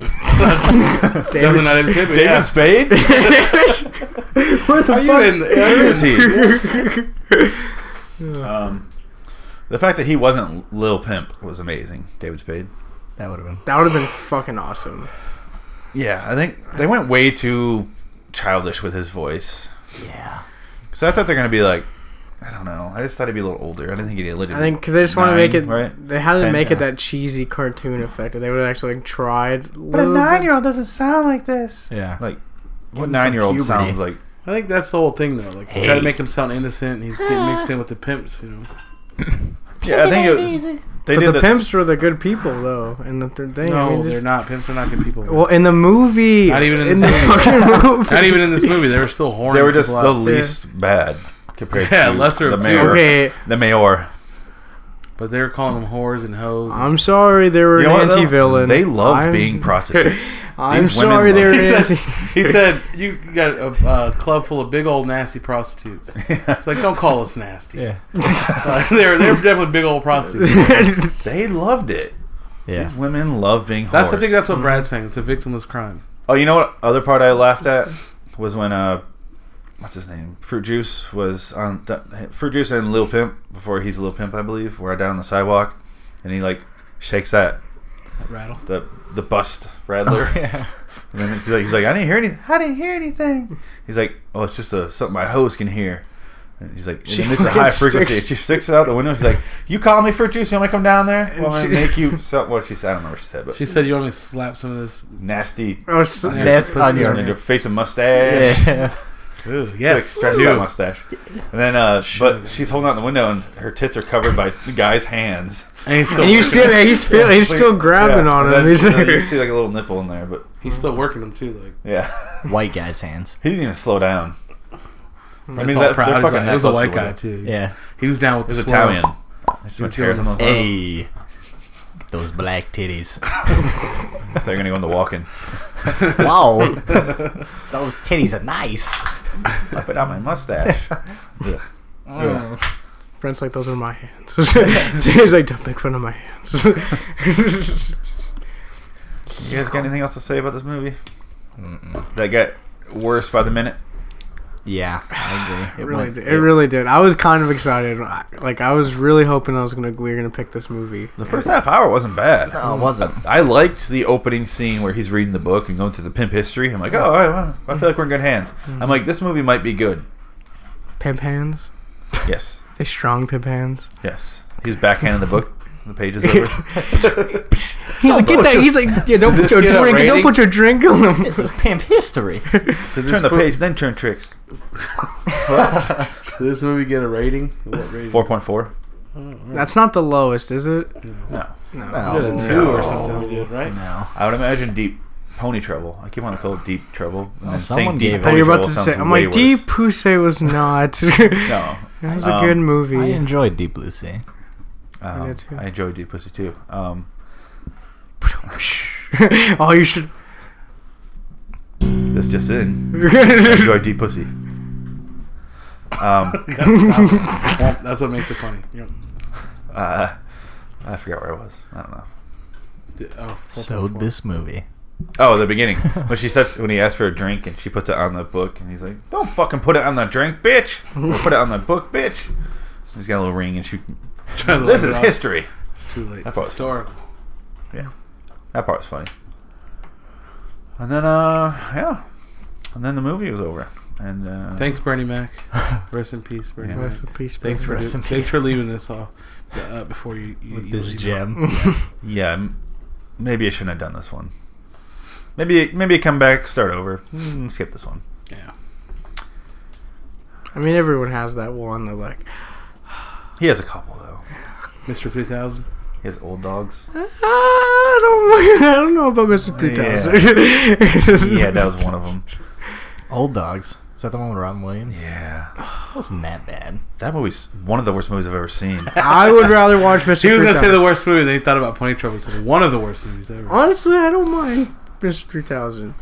S3: [LAUGHS]
S2: Definitely not in David.
S1: David
S2: Yeah.
S1: Spade?
S2: [LAUGHS]
S4: Where the
S2: Are you
S4: fuck-
S2: in? The,
S1: Where is [LAUGHS] he? um, the fact that he wasn't Lil Pimp was amazing. David Spade.
S3: That would have been.
S4: [LAUGHS] That would have been fucking awesome.
S1: Yeah, I think they went way too childish with his voice.
S3: Yeah.
S1: So I thought they're gonna be like, I don't know. I just thought he'd be a little older. I didn't think he'd be a little.
S4: I think because they just want to make it.
S1: Nine, right?
S4: They had to
S1: Ten,
S4: make it
S1: yeah.
S4: that cheesy cartoon effect. and They would have actually like tried.
S1: But a nine-year-old doesn't sound like this.
S3: Yeah.
S1: Like,
S3: him
S1: what
S3: some
S1: nine-year-old
S3: puberty.
S1: sounds like?
S2: I think that's the whole thing, though. Like, try to
S3: Hey.
S2: make him sound innocent. And he's getting mixed in with the pimps, you know.
S1: Yeah, I think it was. They
S4: But
S1: did
S4: the
S1: that-
S4: pimps were the good people though, and the third thing.
S2: no,
S4: I mean,
S2: they're
S4: just-
S2: not. Pimps are not good people.
S4: Well, in the movie,
S2: Not even in
S4: in the
S2: this movie.
S4: fucking movie.
S2: [LAUGHS] Not even in this movie. They were still horny.
S1: They were just
S2: people
S1: the
S2: out.
S1: least bad compared
S2: Yeah,
S1: to
S2: lesser
S1: the
S2: of two.
S1: mayor.
S4: Okay,
S1: The mayor.
S2: But they were calling them whores and hoes. and-
S4: I'm sorry, they were
S1: You know what,
S4: an
S1: though?
S4: anti-villain.
S1: They loved
S4: I'm- [LAUGHS]
S1: being prostitutes.
S4: I'm
S1: These women
S4: sorry, they were
S1: loved-
S2: He said-
S4: anti.
S2: he said, "You got a, a club full of big old nasty prostitutes."
S1: [LAUGHS]
S2: It's
S4: [LAUGHS]
S2: like, don't call us nasty.
S3: Yeah.
S2: Uh, [LAUGHS] they're they're definitely big old prostitutes.
S1: They loved it.
S3: Yeah.
S1: These women love being.
S2: That's I
S1: whores.
S2: think that's what Brad's saying. It's a victimless crime.
S1: Oh, you know what? Other part I laughed at was when uh, what's his name? Fruit Juice was on Fruit Juice and Lil Pimp before he's Lil Pimp, I believe, were down on the sidewalk, and he like shakes that
S2: Rattle.
S1: the the bust
S4: Oh,
S1: rattler,
S3: yeah.
S1: and then he's like, he's like, I didn't hear anything. I didn't hear anything. He's like, oh, it's just a, something my hose can hear. And he's like,
S4: She
S1: and it's a
S4: fucking
S1: high frequency.
S4: sticks-
S1: And she sticks it out the window. She's like, you call me Fruit Juice. You want me to come down there?
S4: And
S1: Well, i
S4: she-
S1: make you. Some, what she said, I don't remember what she said, but
S2: She said, "You want me to slap some of this?"
S1: nasty.
S4: [LAUGHS] oh, so,
S2: Yeah.
S3: That's
S2: Pussy
S3: on
S1: Yeah.
S3: your.
S1: And your face and mustache.
S3: [LAUGHS] Yeah.
S2: Ooh,
S1: Yeah, like
S2: yes,
S1: stretches
S2: Ew.
S1: out mustache. And then, uh, but she's holding out the window, and her tits are covered by the guy's hands.
S2: And he's still
S4: and you
S2: working.
S4: see that he's feel, he's
S1: Like,
S4: still grabbing
S1: yeah,
S4: on
S1: and
S4: him.
S1: Then,
S4: He's
S1: and then you
S4: like, [LAUGHS]
S1: see like a little nipple in there, but
S2: he's still working them too. Like
S1: yeah, [LAUGHS]
S3: White guy's hands.
S1: he didn't even slow down. Hmm. I
S2: Brad's all
S1: that-
S2: proud.
S1: they're
S2: He's
S1: fucking
S2: like,
S1: that
S2: it was a
S1: close
S2: white
S1: to
S2: guy
S1: it.
S2: too.
S3: Yeah.
S2: he was down with
S1: He's
S2: the swirl.
S1: Italian. I see my
S2: He's doing
S1: tears in
S2: this-
S1: those-
S3: Hey. Those black [LAUGHS]
S1: [LAUGHS]
S3: titties.
S1: They're gonna go into walking.
S3: Wow. [LAUGHS] Those titties are nice.
S1: Up it on my [LAUGHS] mustache. Ugh. Ugh.
S4: Brent's like, those are my hands. [LAUGHS] he's like, don't make fun of my [LAUGHS] hands.
S1: You guys got anything else to say about this movie? That got worse by the minute.
S3: Yeah, I agree.
S4: It really,
S3: went-
S4: did. It really did. I was kind of excited. I- Like I was really hoping I was gonna we were gonna pick this movie.
S1: The first half hour wasn't bad.
S3: No, it wasn't.
S1: I liked the opening scene where he's reading the book and going through the pimp history. I'm like, oh, all right, well, I feel like we're in good hands. I'm like, this movie might be good. [LAUGHS]
S4: Pimp hands.
S1: Yes,
S4: They strong pimp hands.
S1: yes. He's backhanding the book. The page is [LAUGHS] over.
S4: He's like, get
S1: put
S4: that.
S1: your-
S4: He's like, yeah, don't
S2: Did
S4: put
S2: this
S4: your
S2: get a
S4: drink. Don't
S2: rating?
S4: put your drink
S1: [LAUGHS]
S4: on him.
S3: This is pimp [LAUGHS] history.
S2: Did
S1: turn
S2: this,
S1: the
S2: mo-
S1: page, then turn tricks.
S2: did this movie get a rating? What rating?
S1: Four point four.
S4: That's not the lowest, is it?
S1: No,
S2: We did
S3: No,
S2: a two or something. We did
S3: [LAUGHS]
S2: right.
S3: no.
S1: I would imagine deep pony trouble. I keep wanting to call it deep trouble. And then saying
S3: someone
S1: deep
S3: gave it.
S4: Oh,
S1: pony
S4: you're about
S1: trouble
S4: to
S1: sounds
S4: say. I'm
S1: way worse.
S4: like, Deep Pussy was not. it
S1: [LAUGHS]
S4: [LAUGHS]
S1: No,
S4: was a
S1: Um,
S4: good
S3: I
S4: movie.
S3: enjoyed Deep Blue Sea.
S1: um, I,
S4: did too.
S1: enjoy deep pussy too. Um,
S4: [LAUGHS] oh, you should.
S1: this just in.
S4: [LAUGHS]
S1: I enjoy deep pussy. Um,
S2: That- That's what makes it funny.
S1: uh, I forgot where I was. I don't know.
S2: D- Oh, four
S3: So
S2: point four.
S3: this movie.
S1: Oh, the
S4: [LAUGHS]
S1: beginning when she says when he asks for a drink and she puts it on the book and he's like, "Don't fucking put it on the drink, bitch! Or put it on the book, bitch!" He's got a little ring and she.
S2: Tries to
S1: This
S2: let
S1: is
S2: it off.
S1: history.
S2: It's too late. It's
S1: thought-
S2: historical.
S1: That part was funny. And then, uh, yeah, and then the movie was over. And uh,
S2: Thanks, Bernie Mac. Rest in peace, Bernie
S1: Yeah.
S2: Mac.
S4: Rest in peace,
S2: Thanks for
S3: Rest in
S2: thanks for leaving this off uh, before you. you,
S3: With
S2: you
S3: this
S2: leave.
S3: gem.
S1: yeah, m- maybe I shouldn't have done this one. Maybe maybe come back, start over, Mm, skip this one.
S2: Yeah.
S4: I mean, everyone has that one. They're like,
S1: He has a couple though.
S2: Mr. 3000.
S1: He has old
S4: [LAUGHS]
S1: dogs.
S4: "Ah, I don't, [LAUGHS] I don't know about Mr. 2000.
S1: yeah, that was one of them.
S3: Old Dogs. Is that the one with Robin Williams?
S1: Yeah,
S3: That wasn't that bad.
S1: that movie's one of the worst movies I've ever seen.
S4: [LAUGHS] [LAUGHS] I would rather watch Mr.
S2: [LAUGHS] She was gonna say
S4: 3000.
S2: the worst movie. They thought about Pony Trouble. Said one of the worst movies ever.
S4: Honestly, I don't mind Mr. 3000.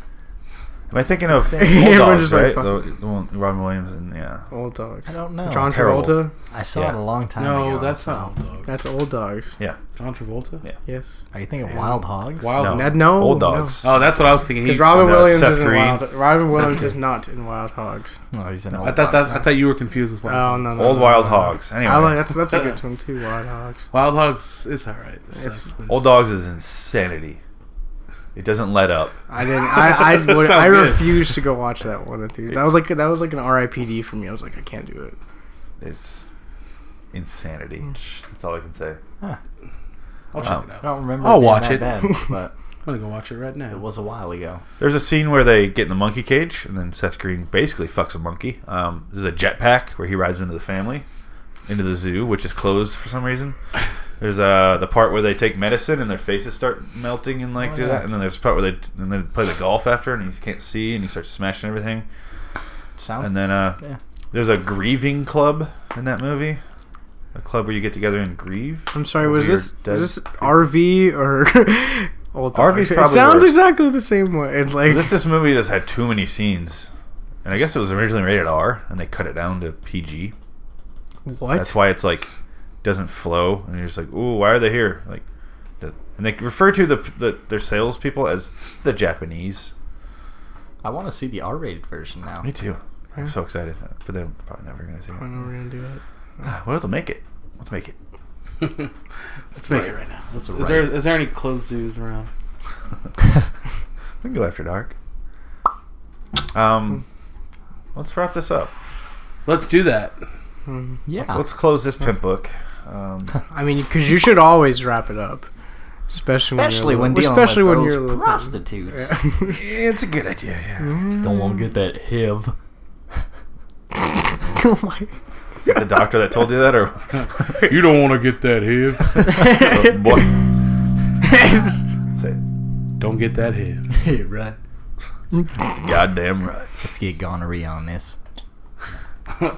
S1: Am I thinking of
S3: fair.
S4: [LAUGHS]
S1: Bulldogs,
S4: Everyone's just
S1: right?
S4: like,
S1: the, the one, Robin Williams and yeah.
S4: Old Dogs.
S3: I don't know.
S4: John
S1: Terrible.
S4: Travolta?
S3: I saw
S1: Yeah.
S3: it a long time ago.
S2: No, that's
S3: so-
S2: not Old Dogs.
S4: That's Old Dogs.
S2: John Travolta.
S1: Yeah.
S4: Yes.
S3: Are you thinking Wild Hogs?
S2: Wild.
S1: No.
S4: No. no
S1: Old
S4: no.
S1: Dogs.
S2: Oh, that's what I was thinking. He,
S4: Because Robin
S1: No,
S4: Williams
S1: Seth
S4: is in
S1: Green.
S4: Wild. Robin
S3: Seth
S4: Williams
S3: Green.
S4: is not in Wild Hogs.
S3: No, he's an old
S2: I thought
S3: Dogs.
S2: that. I thought you were confused with Wild. Hogs.
S4: Oh no. no
S1: Old
S4: no,
S1: Wild
S4: no.
S1: Hogs. Anyway,
S4: I like, that's that's a good one too. Wild Hogs.
S2: Wild Hogs. It's all right. It
S4: It's-
S2: sucks, but
S1: Old Dogs is insanity. It doesn't let up.
S4: I didn't. I
S1: [LAUGHS]
S4: I, would,
S2: Sounds
S4: I
S2: good.
S4: refused to go watch that one. At the, that was like that was like an R.I.P.D. for me. I was like, I can't do it.
S1: It's insanity.
S4: Hmm.
S1: That's all I can say.
S2: I'll check
S1: Oh.
S2: it out.
S3: I don't remember.
S2: I'll
S3: being
S2: watch
S3: that
S2: it.
S3: Bad, but
S2: I'm gonna go watch it right now. [LAUGHS]
S3: it was a while ago.
S1: There's a scene where they get in the monkey cage, and then Seth Green basically fucks a monkey. Um, there's a jetpack where he rides into the family, into the zoo, which is closed for some reason. There's uh, the part where they take medicine and their faces start melting and like
S3: Oh,
S1: do
S3: yeah.
S1: that, and then there's a part where they and then play the golf after, and he can't see, and he starts smashing everything.
S3: Sounds.
S1: And then uh,
S3: yeah.
S1: there's a grieving club in that movie. a club where you get together and grieve.
S4: I'm sorry.
S1: Over
S4: Was
S1: your
S4: this
S1: dead-
S4: was this RV or [LAUGHS] old? dog?
S1: RV's
S4: It
S1: probably
S4: sounds
S1: worse.
S4: exactly the same way. It's like
S1: This this movie just had too many scenes, and I guess it was originally rated R, and they cut it down to PG.
S4: [LAUGHS] what?
S1: That's why it's like doesn't flow, and you're just like, ooh, why are they here? Like, the, and they refer to the, the their salespeople as the Japanese.
S3: I want to see the R-rated version now. [LAUGHS]
S1: Me too. I'm
S4: Yeah.
S1: so excited, but they're probably never gonna see
S4: I don't know
S1: it. Ah,
S4: we're gonna do it.
S1: Well, they'll make it. Let's make [LAUGHS] it.
S2: Let's make it right now.
S3: Let's
S2: Is there
S3: write it.
S2: is there any closed zoos around?
S1: We can go after dark. Um, let's wrap this up.
S2: Let's do
S1: [LAUGHS]
S2: that.
S4: Hmm.
S3: yeah.
S1: So let's close this pimp book. [LAUGHS] Um,
S4: I mean, because you should always wrap it up, especially when
S3: especially
S4: you're
S3: when dealing with
S4: little- especially when
S3: those
S4: you're little.
S3: prostitutes.
S4: Yeah.
S1: it's a good idea. Yeah.
S3: [LAUGHS] Don't want to get that HIV. [LAUGHS]
S4: [LAUGHS] oh my.
S1: Is it the doctor that told you that, or [LAUGHS]
S2: You don't want to get that hip. [LAUGHS]
S1: So, boy? Say,
S2: Don't get that hip. [LAUGHS]
S3: right.
S1: it's goddamn right.
S3: Let's get gonorrhea on this.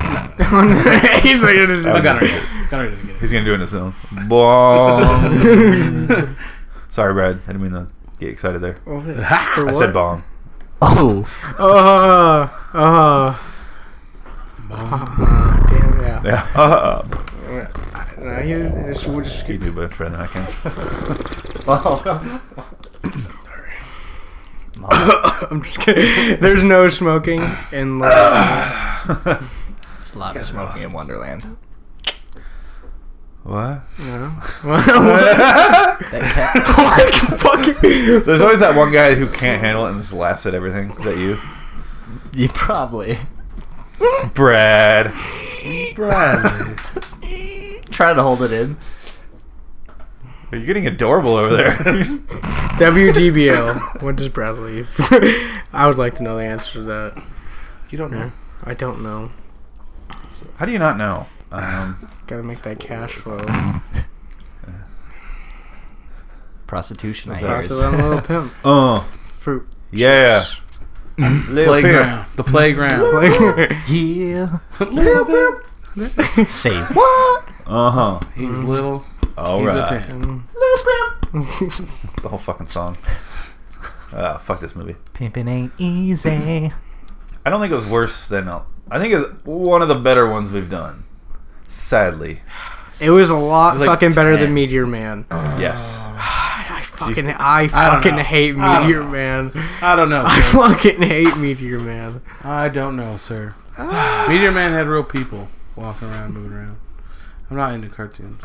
S4: He's like,
S2: [LAUGHS]
S4: it is-
S3: Oh,
S1: I got it.
S2: Connor didn't get it.
S1: He's gonna do it on his own.
S2: [LAUGHS]
S1: Bong. Sorry, Brad. I didn't mean to get excited there.
S4: Oh, wait,
S2: Ha!
S1: [LAUGHS]
S4: for
S1: I said
S4: what?
S1: bong.
S3: [LAUGHS] Oh, [LAUGHS]
S4: Uh, uh, uh, damn, yeah.
S2: [LAUGHS]
S1: Yeah. [LAUGHS] Uh,
S4: No, he was, he
S2: [LAUGHS]
S4: was
S1: you do much better than I can.
S4: I'm just kidding. [LAUGHS] There's no smoking in like,
S3: there's a lot of smoking in Wonderland.
S1: What?
S4: [LAUGHS] no. like
S3: [LAUGHS]
S4: fucking.
S1: [LAUGHS] There's always that one guy who can't handle it and just laughs at everything. Is that you,
S3: You probably
S1: Brad?
S2: Brad.
S3: try to hold it in.
S1: You're getting adorable over there.
S4: WDBL. When does Brad leave? [LAUGHS] I would like to know the answer to that.
S2: You don't know.
S4: I don't know.
S1: How do you not know? Um,
S4: Gotta make that cash
S2: [LAUGHS]
S4: flow.
S3: Prostitution, I
S1: Is
S3: hear.
S1: that-
S3: is-
S4: Also,
S3: [LAUGHS]
S4: I'm a little pimp.
S1: oh,
S4: Fruit.
S1: yeah. Little
S2: Playground. The playground.
S4: Like,
S3: yeah.
S2: little pimp.
S3: Say what?
S1: Uh huh.
S2: He's little.
S4: [LAUGHS]
S1: All
S2: He's a
S1: right.
S2: pimp.
S4: um,
S1: It's the whole fucking song. Ah, fuck this movie.
S3: Pimping ain't easy.
S1: I don't think it was worse than. uh, I think it was one of the better ones we've done. Sadly,
S4: it was a lot
S1: It was like
S4: fucking better
S1: 10.
S4: than Meteor Man.
S1: [SIGHS] yes.
S4: I fucking, I
S2: I don't
S4: fucking
S2: know.
S4: hate
S2: I don't
S4: Meteor
S2: know.
S4: Man.
S2: I don't know.
S4: [LAUGHS] I
S2: sir.
S4: fucking hate Meteor Man.
S2: I don't know, sir. Meteor Man had real people walking around, moving around. I'm not into cartoons.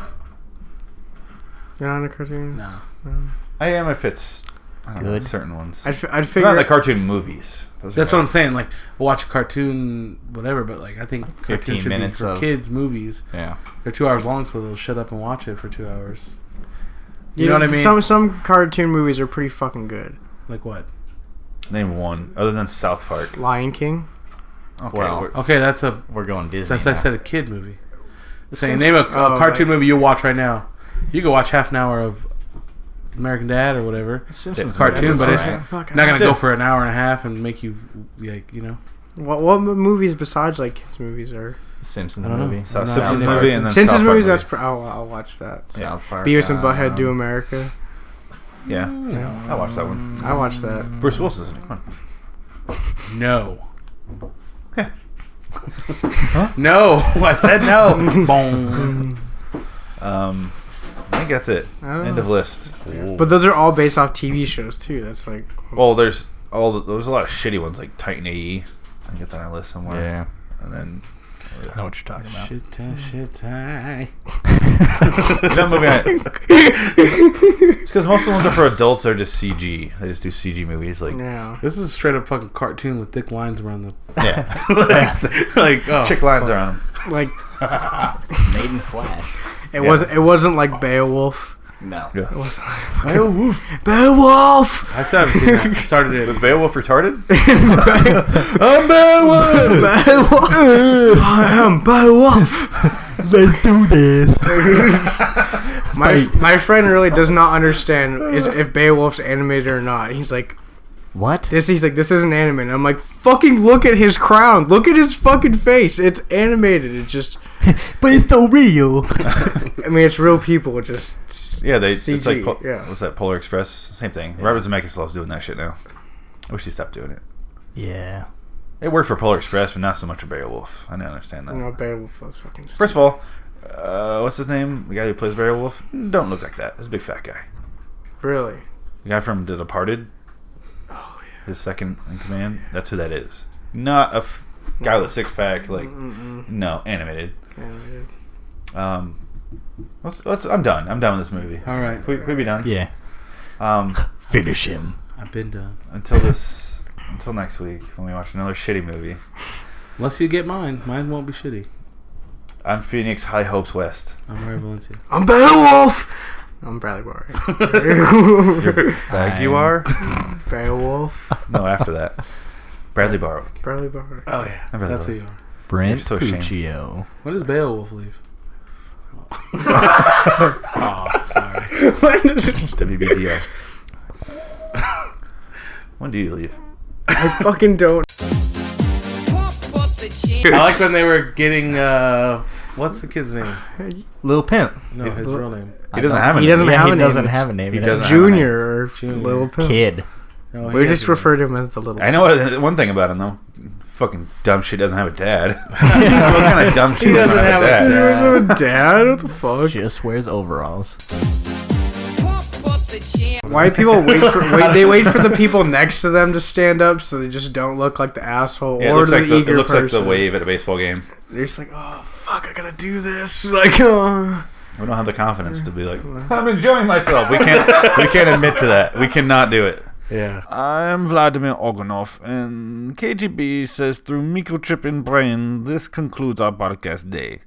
S4: You're not into cartoons?
S2: No.
S1: I am if it's I don't know,
S3: Good.
S1: certain ones.
S4: I'd, f- I'd
S1: Not
S4: figure
S1: the cartoon movies. Those are
S2: That's what I'm
S1: bad.
S2: saying. Like, I watch a cartoon, whatever, but like, I think cartoons
S3: 15
S2: should
S3: minutes
S2: be for
S3: of-
S2: kids' movies.
S3: Yeah.
S2: They're two hours long, so they'll shut up and watch it for two hours. You know what I mean?
S4: Some some cartoon movies are pretty fucking good.
S2: Like what?
S1: Name one other than South Park.
S4: Lion King.
S1: Okay,
S3: Well,
S1: we're-
S2: Okay, that's a.
S3: We're going Disney.
S2: That's I
S3: now.
S2: said a kid movie. Saying
S4: seems-
S2: name a, a
S4: oh,
S2: cartoon
S4: like-
S2: movie you'll watch right now. You can watch half an hour of American Dad or whatever.
S3: Simpsons
S2: cartoon,
S3: movies,
S2: but it's-
S3: alright.
S4: Fuck,
S2: not
S4: I-
S2: gonna go for an hour and a half and make you like you know.
S4: What what m- movies besides like kids movies are?
S3: Simpsons
S2: I don't know.
S3: movie.
S1: So
S2: I'm not
S1: Simpsons
S2: into
S1: movie
S2: cartoons.
S1: and then
S4: Simpsons
S1: South Park
S4: movies.
S1: movie.
S4: That's pr- I'll, I'll watch that.
S1: Yeah.
S3: South Park.
S4: Beavis and Butthead Do
S3: um,
S4: America.
S1: yeah.
S4: Yeah.
S1: I watched that one.
S4: I watched that.
S1: Bruce Willis is in it. Come on.
S2: No.
S1: Yeah.
S2: No, [LAUGHS]
S1: [LAUGHS]
S2: I said no. Boom.
S1: Um, I think that's it.
S4: I don't
S1: End
S4: know.
S1: of list.
S4: But those are all based off TV shows too. That's like
S1: Well, there's all the, there's a lot of shitty ones like Titan AE. I think it's on our list somewhere.
S3: Yeah.
S1: And then [LAUGHS]
S3: I [LAUGHS] know what you're talking about.
S2: Shit, tie, shit, uh, tie.
S1: You know, moving [LAUGHS]
S3: [LAUGHS]
S1: on. It's because most of the ones are for adults. They're just CG. They just do CG movies. Like
S4: yeah.
S2: This is a straight up fucking cartoon with thick lines around the
S1: yeah, [LAUGHS]
S2: like, [LAUGHS] like oh,
S1: chick lines are on them.
S4: Like
S3: Made in Flash.
S4: it
S1: Yeah.
S4: wasn't it wasn't like Beowulf.
S3: No.
S1: Yeah.
S4: It wasn't
S1: Beowulf.
S4: [LAUGHS] Beowulf.
S2: I still haven't seen
S1: [LAUGHS]
S2: that. I started
S1: Was
S2: [LAUGHS] it.
S1: Beowulf retarded? I'm
S3: [LAUGHS]
S1: Beowulf.
S4: Beowulf. [LAUGHS] I am Beowulf.
S3: Let's do this.
S4: My my friend really does not understand is if Beowulf's animated or not. He's like,
S3: What?
S4: This he's like, this isn't anime. And I'm like, fucking look at his crown. Look at his fucking face. It's animated. It's just,
S3: But it's so real.
S4: I mean, it's real people. It just s-
S1: Yeah, they.
S4: CG.
S1: It's like po-
S4: yeah.
S1: what's that? Polar Express. Same thing. Robert Zemeckis loves doing that shit now. I wish he stopped doing it.
S3: yeah.
S1: It worked for Polar Express, but not so much for Beowulf. I don't understand that.
S4: No, Beowulf was fucking. stupid.
S1: First of all, uh, what's his name? The guy who plays Beowulf don't look like that. He's a big fat guy.
S4: really,
S1: The guy from The Departed.
S4: Oh,
S1: His second in command. That's who that is. Not a f- guy with a six pack. Like
S4: Mm-hmm. Mm-mm.
S1: no, animated.
S4: Animated.
S1: Um, let's, let's, I'm done. I'm done with this movie.
S2: All right.
S1: Can we, can we be done?
S3: Yeah.
S1: Um,
S3: Finish him.
S2: I've been uh, done.
S1: until this, until next week when we watch another shitty movie.
S2: Unless you get mine, mine won't be shitty.
S1: I'm Phoenix High Hopes West.
S2: I'm Ray Valencia.
S4: I'm Beowulf. I'm Bradley Barwick.
S1: Bag you are?
S3: I'm- [LAUGHS]
S4: Beowulf.
S1: No, after that. Bradley Barwick.
S4: Bradley Barwick.
S2: [LAUGHS] Oh yeah,
S1: I really
S2: that's who
S1: like-
S2: you are.
S3: Brent
S1: You're so ashamed.
S3: Puccio.
S2: When does Beowulf leave? oh, sorry.
S1: WBDO. [LAUGHS] when do you leave?
S4: I fucking don't.
S2: I like when they were getting. uh What's the kid's name?
S3: Lil Pimp.
S2: No, his real name.
S1: He doesn't have a
S4: He
S1: name.
S4: doesn't
S3: yeah,
S4: have
S3: he
S4: a name.
S3: doesn't have a name.
S1: He
S3: It
S1: doesn't
S3: has
S4: Junior or
S2: Junior.
S4: Little
S3: a
S4: Pimp.
S3: Kid.
S2: No, he
S4: We
S2: has
S4: just
S2: a real
S4: refer to him as the Little.
S1: I know one thing about him though. Fucking dumb shit doesn't have a dad. [LAUGHS] [LAUGHS] what kind of
S3: [LAUGHS]
S1: dumb shit
S2: He
S1: doesn't,
S2: doesn't
S1: have,
S2: have
S1: a
S2: a
S1: dad?
S2: dad.
S4: Pimp. Dad, what the fuck?
S3: Just wears overalls.
S4: Why people wait
S1: [LAUGHS]
S4: for wait, they wait for the people next to them to stand up so they just don't look like the asshole
S1: Yeah, it
S4: or
S1: looks
S4: the
S1: like the, it
S4: eager
S1: looks like
S4: person.
S1: the wave at a baseball game.
S4: They're just like, oh fuck, I gotta do this. [LAUGHS] Like, oh.
S1: We don't have the confidence to be [LAUGHS] like, I'm enjoying myself. We can't. we can't admit to that. We cannot do it.
S2: name. Yeah.
S1: I'm Vladimir Ogonov, and KGB says through microchip in brain, this concludes our podcast day.